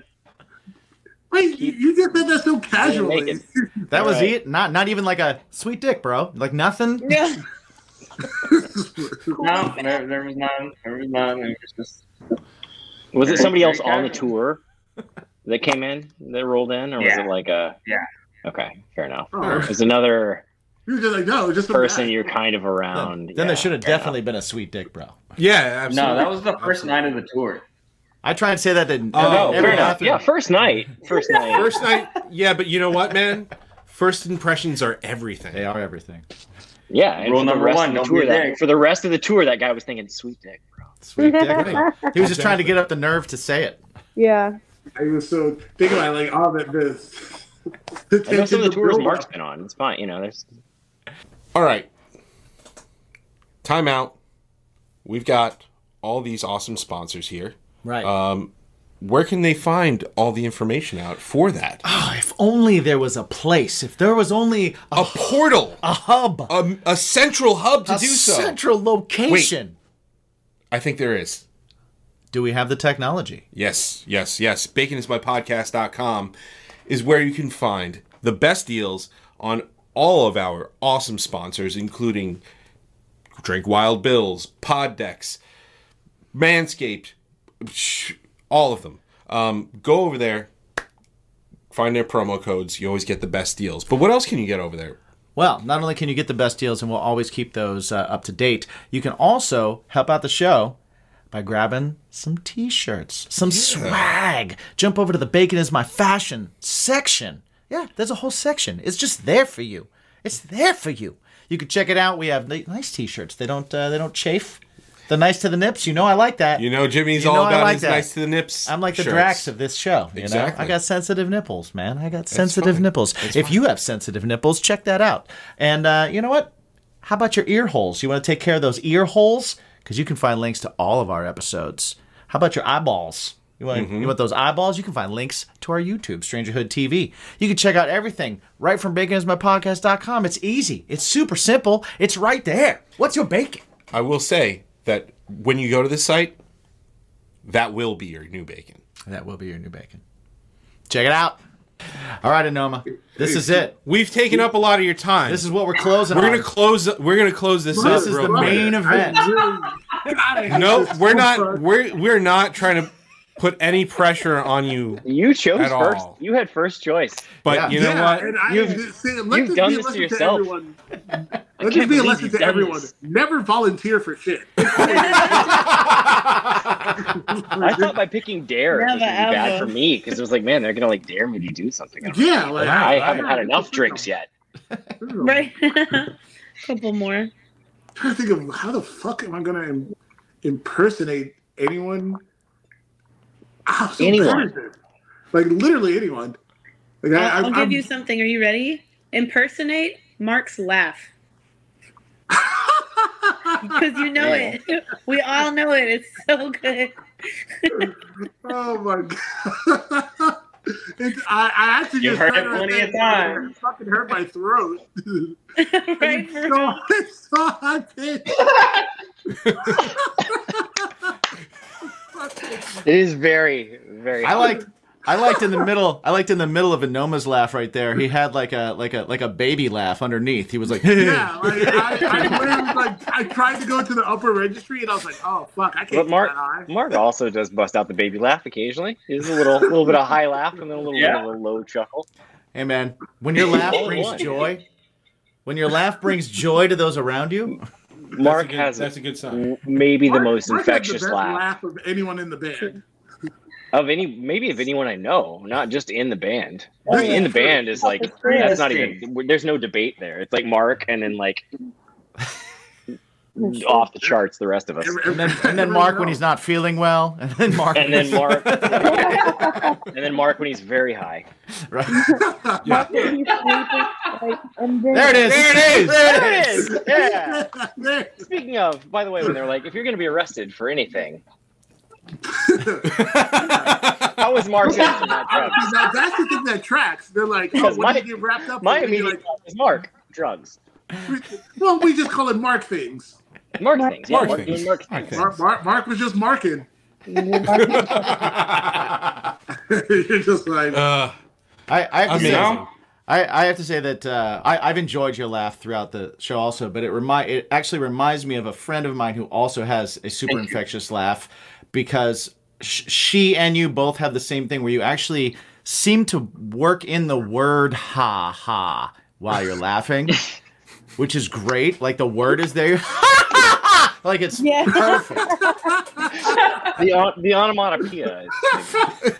D: Wait, you, you just said that so [LAUGHS] casually.
C: That was
D: Right.
C: it. Not not even like a sweet dick, bro. Like nothing.
G: [LAUGHS]
L: Yeah.
I: No, there, there was none. There was none. It was just.
H: Was it somebody else on the
I: Casual.
H: tour that came in, that rolled in, or
I: Yeah.
H: was it like a?
I: Yeah.
H: Okay, fair enough.
D: Oh.
H: It was another
D: You were just like, no, just a
H: person
D: guy.
H: you're kind of around.
C: Then there should have definitely been a sweet dick, bro.
B: Yeah,
I: No, that was the first night of the tour.
C: I try and say that didn't.
B: Oh, fair enough. Yeah,
H: first night. First night.
B: First night. Yeah, but you know what, man? First impressions are everything. They
C: are everything.
H: Yeah, and
B: Rule
H: for the
B: number
H: rest
B: one,
H: of the
B: don't
H: tour,
B: be a
H: that,
B: dick.
H: for the rest of the tour, that guy was thinking sweet dick, bro.
C: Sweet dick. He was just trying to get up the nerve to say it.
L: Yeah.
D: I was so think about it, like all that this.
H: [LAUGHS] I know some of the tours
D: build-up.
H: Mark's been on. It's fine, you know. There's
B: All right. Timeout. We've got all these awesome sponsors here.
C: Right.
B: Um, where can they find all the information out for that?
C: Oh, if only there was a place. If there was only a,
I: Oh.
B: portal,
C: a hub,
B: a, a central hub to
C: a
B: do so.
C: central location.
B: I think there is.
C: Do we have the technology?
B: Yes, yes, yes. BaconisMyPodcast.com is where you can find the best deals on all of our awesome sponsors, including Drink Wild Bills, Pod Decks, Manscaped, psh, all of them. Um, go over there, find their promo codes. You always get the best deals. But what else can you get over there?
C: Well, not only can you get the best deals, and we'll always keep those uh, up to date, you can also help out the show by grabbing some t shirts, some swag. Jump over to the Bacon is My Fashion section. Yeah, there's a whole section. It's just there for you. It's there for you. You can check it out. We have ni- nice t shirts, they, don't uh, they don't chafe. They're nice to the nips. You know, I like that.
B: You know, Jimmy's
C: You know
B: all
C: I
B: about
C: like
B: his
C: that.
B: nice to the nips.
C: I'm like the
B: shirts.
C: Drax of this show. You
B: Exactly.
C: know, I got sensitive nipples, man. I got sensitive nipples. if you have sensitive nipples, check that out. And uh, you know what? How about your ear holes? You want to take care of those ear holes because you can find links to all of our episodes. How about your eyeballs? You want
B: Mm-hmm.
C: you want those eyeballs? You can find links to our YouTube, Strangerhood TV. You can check out everything right from baconismypodcast.com. It's easy. It's super simple. It's right there. What's your bacon?
B: I will say that when you go to this site, that will be your new bacon.
C: That will be your new bacon. Check it out. All right, Anoma. This is it.
B: We've taken up a lot of your time.
C: This is what we're closing.
B: We're
C: on.
B: gonna close. We're gonna close this.
C: This
B: up
C: is
B: real
C: the
B: quick.
C: main event.
B: No, we're not. We're we're not trying to put any pressure on you.
H: You chose
B: at
H: first.
B: All.
H: You had first choice.
B: But you know
D: Yeah,
B: what?
D: and I, [LAUGHS]
B: [LAUGHS]
H: You've-
D: see, let
H: you've
D: this
H: done
D: be a
H: this to
D: lesson
H: yourself.
D: everyone.
H: can't
D: Let this be a
H: believe
D: lesson
H: you've
D: to
H: done
D: everyone.
H: this.
D: Never volunteer for shit.
H: [LAUGHS] I thought by picking dare it was gonna be
D: Never
H: bad
D: ever.
H: for me because it was like, man, they're gonna like dare me to do something. I'm
D: Yeah,
H: like,
D: like-
H: I
D: Yeah,
H: haven't
D: yeah.
H: had enough drinks yet.
G: [LAUGHS]
J: Right. Couple more.
D: trying to think of how the fuck am I gonna Im- impersonate anyone? Ah, I'm so
J: Anyone.
D: bad at this. like literally anyone. Like I,
J: I'll,
D: I,
J: I'll
D: I'm-
J: give you something. Are you ready? Impersonate Mark's laugh.
D: [LAUGHS]
J: Because you know
D: Yeah.
J: it. [LAUGHS] We all know it. It's so good. [LAUGHS]
D: oh my god! [LAUGHS] it's, I, I actually
J: You
D: just
J: heard
D: said
J: it
D: right
J: plenty
D: there,
J: of times.
D: It fucking hurt my throat. [LAUGHS]
J: [LAUGHS] right,
D: so, it's so [LAUGHS]
J: [LAUGHS]
D: hot.
H: It is very, very.
C: I liked. I liked in the middle. I liked in the middle of Anoma's laugh right there. He had like a like a like a baby laugh underneath. He was like, [LAUGHS]
D: yeah, like, I, I literally like I tried to go to the upper registry and I was like, oh fuck, I can't.
H: But
D: do
H: Mark,
D: that high.
H: Mark also does bust out the baby laugh occasionally. There's a little, little bit of high laugh and then a little
C: Yeah.
H: bit of a low chuckle.
C: "Hey man, when your laugh
H: All in
C: brings
H: one.
C: joy, when your laugh brings joy to those around you."
H: Mark has that's
B: a good sign.
H: Maybe the most
D: Mark had
H: infectious
D: the best
H: laugh.
D: laugh of anyone in the band.
H: of any maybe of anyone I know, not just in the band.
D: Oh,
H: I mean,
D: yeah.
H: in the band is like
D: That's
H: that's not
D: interesting.
H: even there's no debate there. It's like Mark and then like [LAUGHS] off the charts the rest of us.
C: And then, and
D: [LAUGHS]
C: then Mark when he's not feeling well, and then Mark.
H: And then Mark. and then Mark when he's very high.
C: [LAUGHS] Right.
D: [LAUGHS]
H: There
E: it is. There it is.
H: There it is.
E: There
D: [LAUGHS]
H: Yeah. Speaking of, by the way, when they're like, if you're going to be arrested for anything, how was
D: [LAUGHS]
H: Mark's answer to that, Trev?
D: Now, that's the thing that tracks. They're like, oh,
H: Because
D: when
H: my-
D: you get wrapped up,
H: my
D: in it, you're
H: immediate thought was Mark drugs.
D: Well, we just call it Mark things.
H: Mark, things.
E: yeah, Mark Mark things. doing Mark
D: Mark,
E: things.
D: Mark, Mark was
C: [LAUGHS]
D: just marking. [LAUGHS] You're
B: [LAUGHS]
D: just like.
B: Uh,
C: I, I have to
D: Amazing.
C: say, I, I have to say that uh, I, I've enjoyed your laugh throughout the show, also. But it remind it actually reminds me of a friend of mine who also has a super
H: Thank you.
C: infectious laugh because sh- she and you both have the same thing where you actually seem to work in the word "ha ha" while you're
H: [LAUGHS]
C: laughing, which is great. Like the word is there, [LAUGHS] like it's perfect.
H: The, on- the onomatopoeia is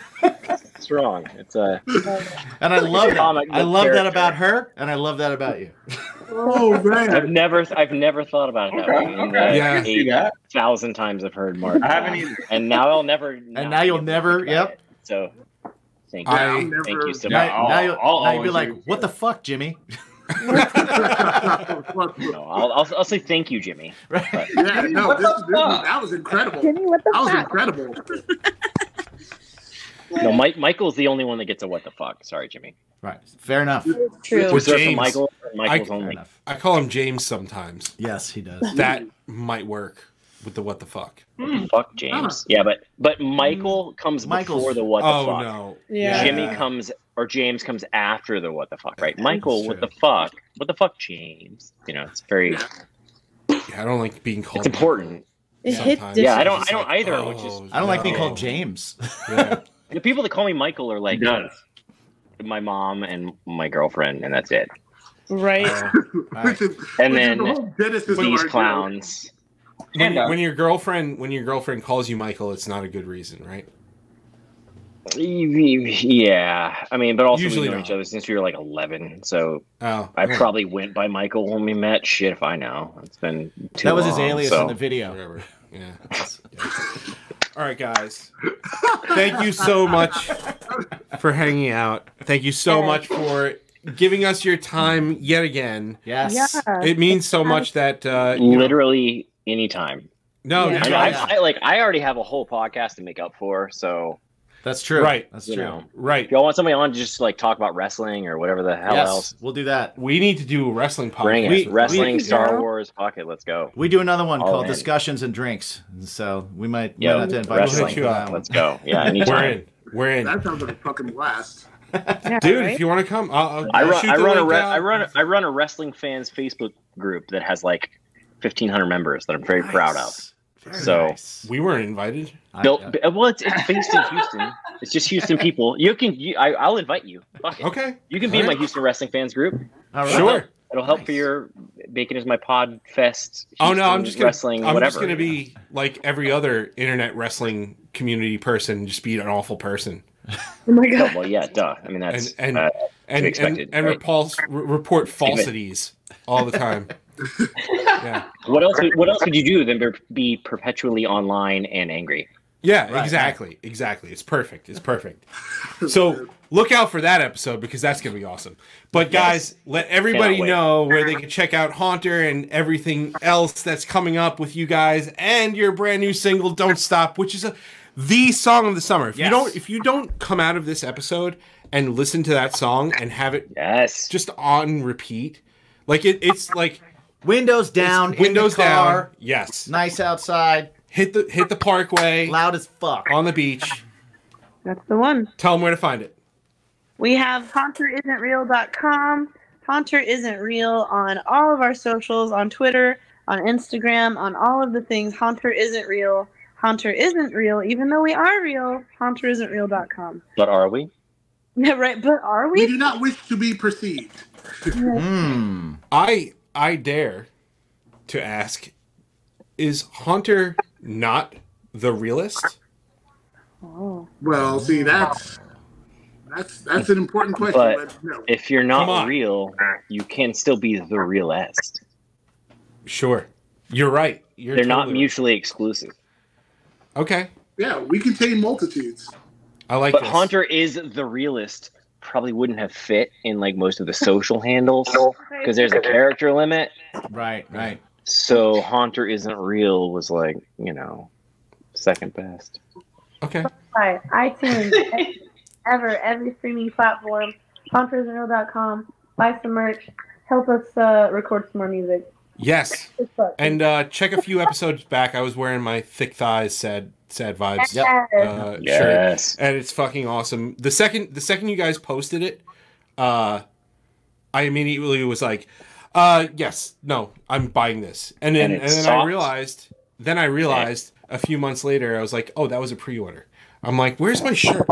H: it's wrong. It's uh, a.
C: And I love that.
H: Comic
C: I
H: book
C: love that
H: character.
C: about her, and I love that about you.
D: Oh
H: I've never, I've never thought about it that
E: Okay,
H: way. in
E: okay.
H: the
E: Yeah. I can see that.
H: eight thousand times I've heard Mark.
E: I haven't
H: laugh.
E: either.
H: And now I'll never. And
C: now you'll never. Yep.
H: So, thank you.
C: I-
H: thank you so
C: now,
H: much.
C: now you'll, now you'll be like, "What the fuck, Jimmy?" [LAUGHS]
H: No, I'll, I'll, I'll say thank you, Jimmy. But-
D: Yeah, no,
E: What
D: this,
E: the
D: this,
E: fuck?
D: that was incredible.
E: Jimmy, what the
D: that was
E: fuck?
D: incredible.
H: no, Mike, Michael's the only one that gets a what the fuck. Sorry, Jimmy.
C: Right. Fair enough.
H: True. Was there for
B: James.
H: Michael or Michael's
B: I,
H: only?
B: I call him James sometimes.
C: Yes, he does.
B: That might work with the what the fuck.
H: Fuck James. Yeah, but but Michael comes
B: Michael's-
H: before the what the
B: Oh,
H: fuck.
B: no.
H: Yeah.
B: Yeah.
H: Jimmy
B: Yeah.
H: comes or James comes after the what the fuck, right?
B: That
H: Michael,
B: is
H: what the fuck? What the fuck, James? You know, it's very.
B: I don't like being called.
H: It's important.
B: It hit Sometimes.
H: yeah, I don't.
B: different.
H: I don't either.
B: Oh,
H: which is
B: I don't like being called
C: James. [LAUGHS]
B: [LAUGHS]
H: the people that call me Michael are like my mom and my girlfriend, and that's it.
J: Right.
H: And
J: Which is
H: then
J: the whole
D: genesis
J: of
H: these
J: our
H: clowns.
B: When, when your girlfriend when your girlfriend calls you Michael, it's not a good reason, right?
H: Yeah, I mean, but also
B: Usually
H: we know
B: not.
H: each other since we were like eleven, so
B: Oh,
H: I
B: okay.
H: probably went by Michael when we met. Shit, if I know, it's been too
C: that was his
H: long,
C: alias
H: so.
C: in the video.
B: Yeah. All right, guys. Thank you so much for hanging out. Thank you so much for giving us your time yet again.
C: Yes. Yeah.
B: It means so much that uh you know-
H: literally anytime.
B: No,
H: I,
B: no,
H: know, I-
B: yeah.
H: I- like I already have a whole podcast to make up for, so
C: That's true.
B: Right.
C: That's
H: you
C: true.
H: know.
B: right.
H: If y'all want somebody on to just like talk about wrestling or whatever the hell
C: Yes,
H: else,
C: we'll do that.
B: We need to do a wrestling podcast.
H: bring
C: We-
H: it. Wrestling,
C: we-
H: Star
C: yeah.
H: Wars, fuck it, let's go.
C: We do another one
H: All
C: called
H: in.
C: Discussions and Drinks. So we might, might
H: Yo,
C: have to invite
H: wrestling.
C: you. for that one.
H: Let's go. Yeah, anytime.
B: [LAUGHS] We're in. We're in.
D: That sounds like a fucking blast.
B: Dude, if you want to come, I'll, I'll
H: I run,
B: shoot
H: I
B: the
H: run a
B: link
H: re-
B: out.
H: I run a, I run a wrestling fans Facebook group that has like 1500 members that I'm very proud of. so
B: we weren't invited.
H: built
C: uh,
H: b- well it's, it's based in Houston. It's just Houston people. You can you, I I'll invite you. Fuck it.
B: Okay.
H: You can be in my
B: Alright.
H: Houston wrestling fans group.
C: All
B: right. Sure.
H: It'll help for your bacon is my pod fest.
B: Oh no,
H: Houston
B: I'm just gonna,
H: wrestling
B: I'm
H: whatever.
B: just gonna be like every other internet wrestling community person, just be an awful person.
J: Oh my
H: No, well, yeah, duh. I mean that's
B: And- and-
H: uh, to
B: and
H: be expected.
B: and, and
H: right?
B: repulse, re- report falsities all the
H: [LAUGHS]
B: time. yeah.
H: What else? would- What else would you do than be- be perpetually online and angry?
B: Yeah, exactly, exactly. It's perfect. It's perfect. So look out for that episode because that's gonna be awesome. But guys, let everybody
H: Cannot wait.
B: know where they can check out Haunter and everything else that's coming up with you guys and your brand new single "Don't Stop," which is a, the song of the summer. If
C: Yes.
B: you don't, if you don't come out of this episode and listen to that song and have it
H: yes
B: just on repeat, like it, it's like
C: windows down, in the
B: windows down.
C: car.
B: Yes,
C: Nice outside.
B: hit the hit the parkway.
C: Loud as fuck
B: on the beach.
J: That's the one.
B: Tell them where to find it.
J: We have HaunterIsn'tReal.com. Haunter Isn't Real on all of our socials, on Twitter, on Instagram, on all of the things. Haunter Isn't Real. Haunter Isn't Real, even though we are real. HaunterIsn'tReal.com.
H: But are we?
J: Yeah, [LAUGHS] right. But are we?
D: We do not wish to be perceived.
B: I I dare to ask: Is Haunter not the realist?
D: Well, see, that's that's that's an important question.
H: But
D: But, no.
H: if you're
B: Come
H: not
B: on.
H: real, you can still be the realest.
B: Sure. You're right. You're
H: They're not
B: totally
H: mutually exclusive.
B: Okay.
D: Yeah, we contain multitudes.
B: I like
H: But
B: this.
H: Haunter is the realist. Probably wouldn't have fit in like most of the social handles because there's a character limit.
C: Right, right.
H: So Haunter isn't real was like, you know, second best.
B: Okay.
J: Right. [LAUGHS] iTunes, ever, every streaming platform, HauntersNeuro.com. Buy some merch. Help us uh, record some more music.
B: Yes.
J: It's fun.
B: And uh, check a few episodes back. I was wearing my thick thighs, sad, sad vibes.
J: Yep.
B: Uh,
H: Yes.
B: Shirt, and it's fucking awesome. The second, the second you guys posted it, uh, I immediately was like, uh, "Yes, no, I'm buying this." And then,
H: And
B: and,
H: it
B: then I
H: sucked.
B: realized, then I realized a few months later, I was like, "Oh, that was a pre-order." I'm like, "Where's my shirt?"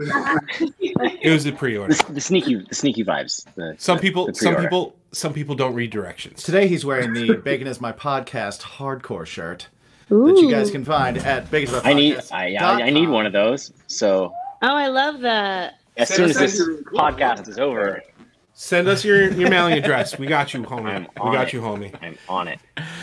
B: It was a pre-order.
H: The, the sneaky, the sneaky vibes. The,
B: Some
H: the-
B: people,
H: the
B: some
H: pre-order.
B: people, some people don't read directions.
C: Today he's wearing
H: [LAUGHS]
C: the Bacon is My Podcast hardcore shirt that you guys
J: Ooh.
C: can find at Bacon is My Podcast.
H: I need, I, I, I need one of those. So
J: Oh, I love that.
H: as
B: Send
H: soon as
B: us
H: this
B: that-
H: podcast is over,
B: Send us your, your mailing address. We got you, homie. we
H: on
B: got
H: it.
B: you, homie.
H: I'm on it.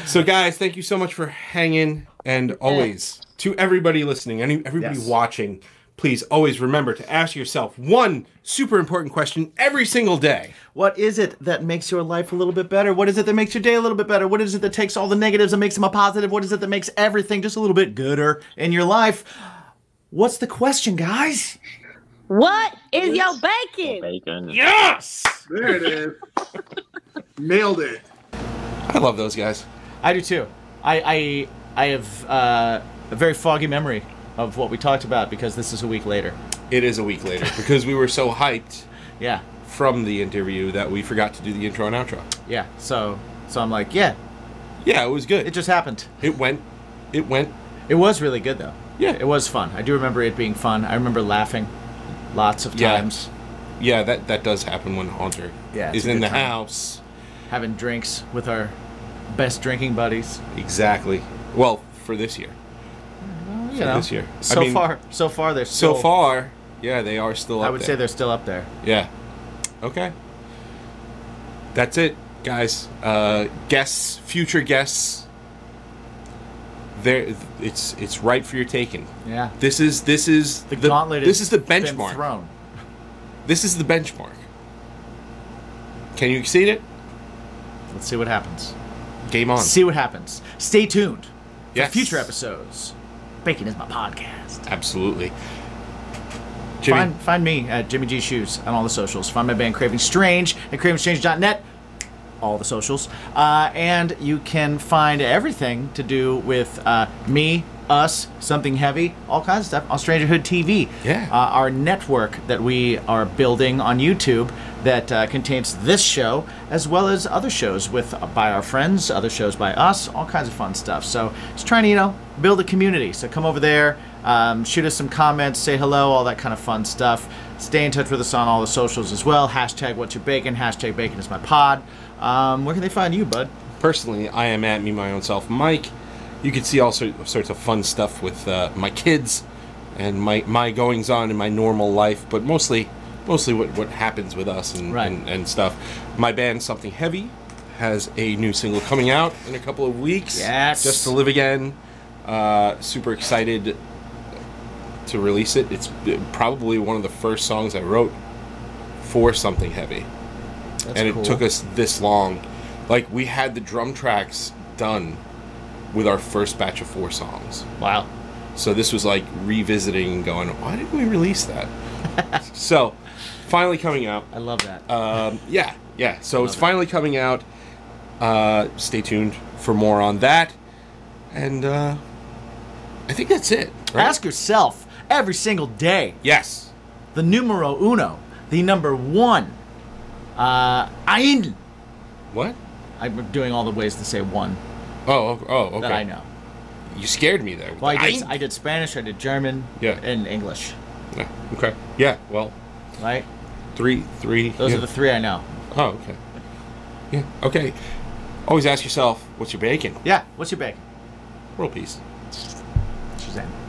B: So, guys, thank you so much for hanging, and always to everybody listening, any everybody
C: Yes.
B: watching, please always remember to ask yourself one super important question every single day.
C: What is it that makes your life a little bit better? What is it that makes your day a little bit better? What is it that takes all the negatives and makes them a positive? What is it that makes everything just a little bit gooder in your life? What's the question, guys?
J: What is your bacon?
H: Bacon.
B: Yes,
D: there it
H: [LAUGHS]
D: is. Nailed it.
B: I love those guys.
C: I do too. I I, I have uh, a very foggy memory of what we talked about because this is a week later.
B: It is a week later because we were so hyped
C: Yeah,
B: from the interview that we forgot to do the intro and outro.
C: yeah. So so I'm like, yeah,
B: Yeah, it was good.
C: it
B: It,
C: just happened.
B: went. It went.
C: It was really good though.
B: Yeah.
C: it was fun. I do remember it being fun. I remember laughing lots of
B: Yeah.
C: times,
B: Yeah, that that does happen when Haunter
C: Yeah, it's
B: is
C: a
B: in
C: good
B: the
C: time.
B: house.
C: having drinks with our best drinking buddies.
B: Oh, Exactly. Well, for this year.
C: You know,
B: this year. I
C: So
B: mean-
C: far, so far they're
B: So
C: still,
B: far, yeah, they are still. Up
C: I would
B: there.
C: say they're still up there.
B: Yeah. Okay. That's it, guys. Uh, guests, future guests. There, it's it's right for your taking.
C: Yeah.
B: This is this is
C: The, gauntlet.
B: This is the
C: has been
B: benchmark.
C: thrown.
B: This is the benchmark. Can you exceed it?
C: Let's see what happens.
B: Game on.
C: See what happens. Stay tuned for
B: Yes.
C: future episodes. Bacon is my podcast.
B: Absolutely. Jimmy,
C: Find, find me at Jimmy G Shoes on all the socials. Find my band Craving Strange at cravingstrange.net, all the socials. Uh, and you can find everything to do with uh, me, us, something heavy, all kinds of stuff on Strangerhood TV.
B: Yeah.
C: Uh, our network that we are building on YouTube that uh, contains this show as well as other shows with uh, by our friends, other shows by us, all kinds of fun stuff. So just trying to you know build a community. So come over there, um, shoot us some comments, say hello, all that kind of fun stuff. Stay in touch with us on all the socials as well. Hashtag What's Your Bacon? Hashtag Bacon is my pod. Um, where can they find you, bud?
B: personally, I am at me my own self, Mike. You can see all sort- sorts of fun stuff with uh, my kids and my my goings on in my normal life, but mostly mostly what what happens with us and
C: Right.
B: and, and stuff. My band Something Heavy has a new single coming out in a couple of weeks.
C: Yes.
B: just to live again. Uh, super excited to release it. It's uh, probably one of the first songs I wrote for Something Heavy
C: That's
B: and
C: cool.
B: it took us this long. Like we had the drum tracks done with our first batch of four songs.
C: Wow.
B: So this was like revisiting and going, why didn't we
C: [LAUGHS]
B: release that? so finally coming out.
C: I love that.
B: Um, yeah, yeah. So it's
C: Love it.
B: finally coming out. Uh, stay tuned for more on that. And uh, I think that's it. right?
C: Ask yourself every single day.
B: Yes.
C: the numero uno, the number one. Uh, ein.
B: What?
C: I'm doing all the ways to say one
B: Oh, oh, okay.
C: that I know.
B: You scared me there.
C: Well, I did,
B: I-
C: I did Spanish, I did German,
B: Yeah.
C: and English.
B: Yeah, Okay. Yeah. Well,
C: Right?
B: three, three.
C: Those
B: yeah.
C: are the three I know.
B: Oh, okay. Yeah, okay. Always ask yourself, what's your bacon?
C: Yeah. What's your bacon?
B: World peace.
C: Shazam.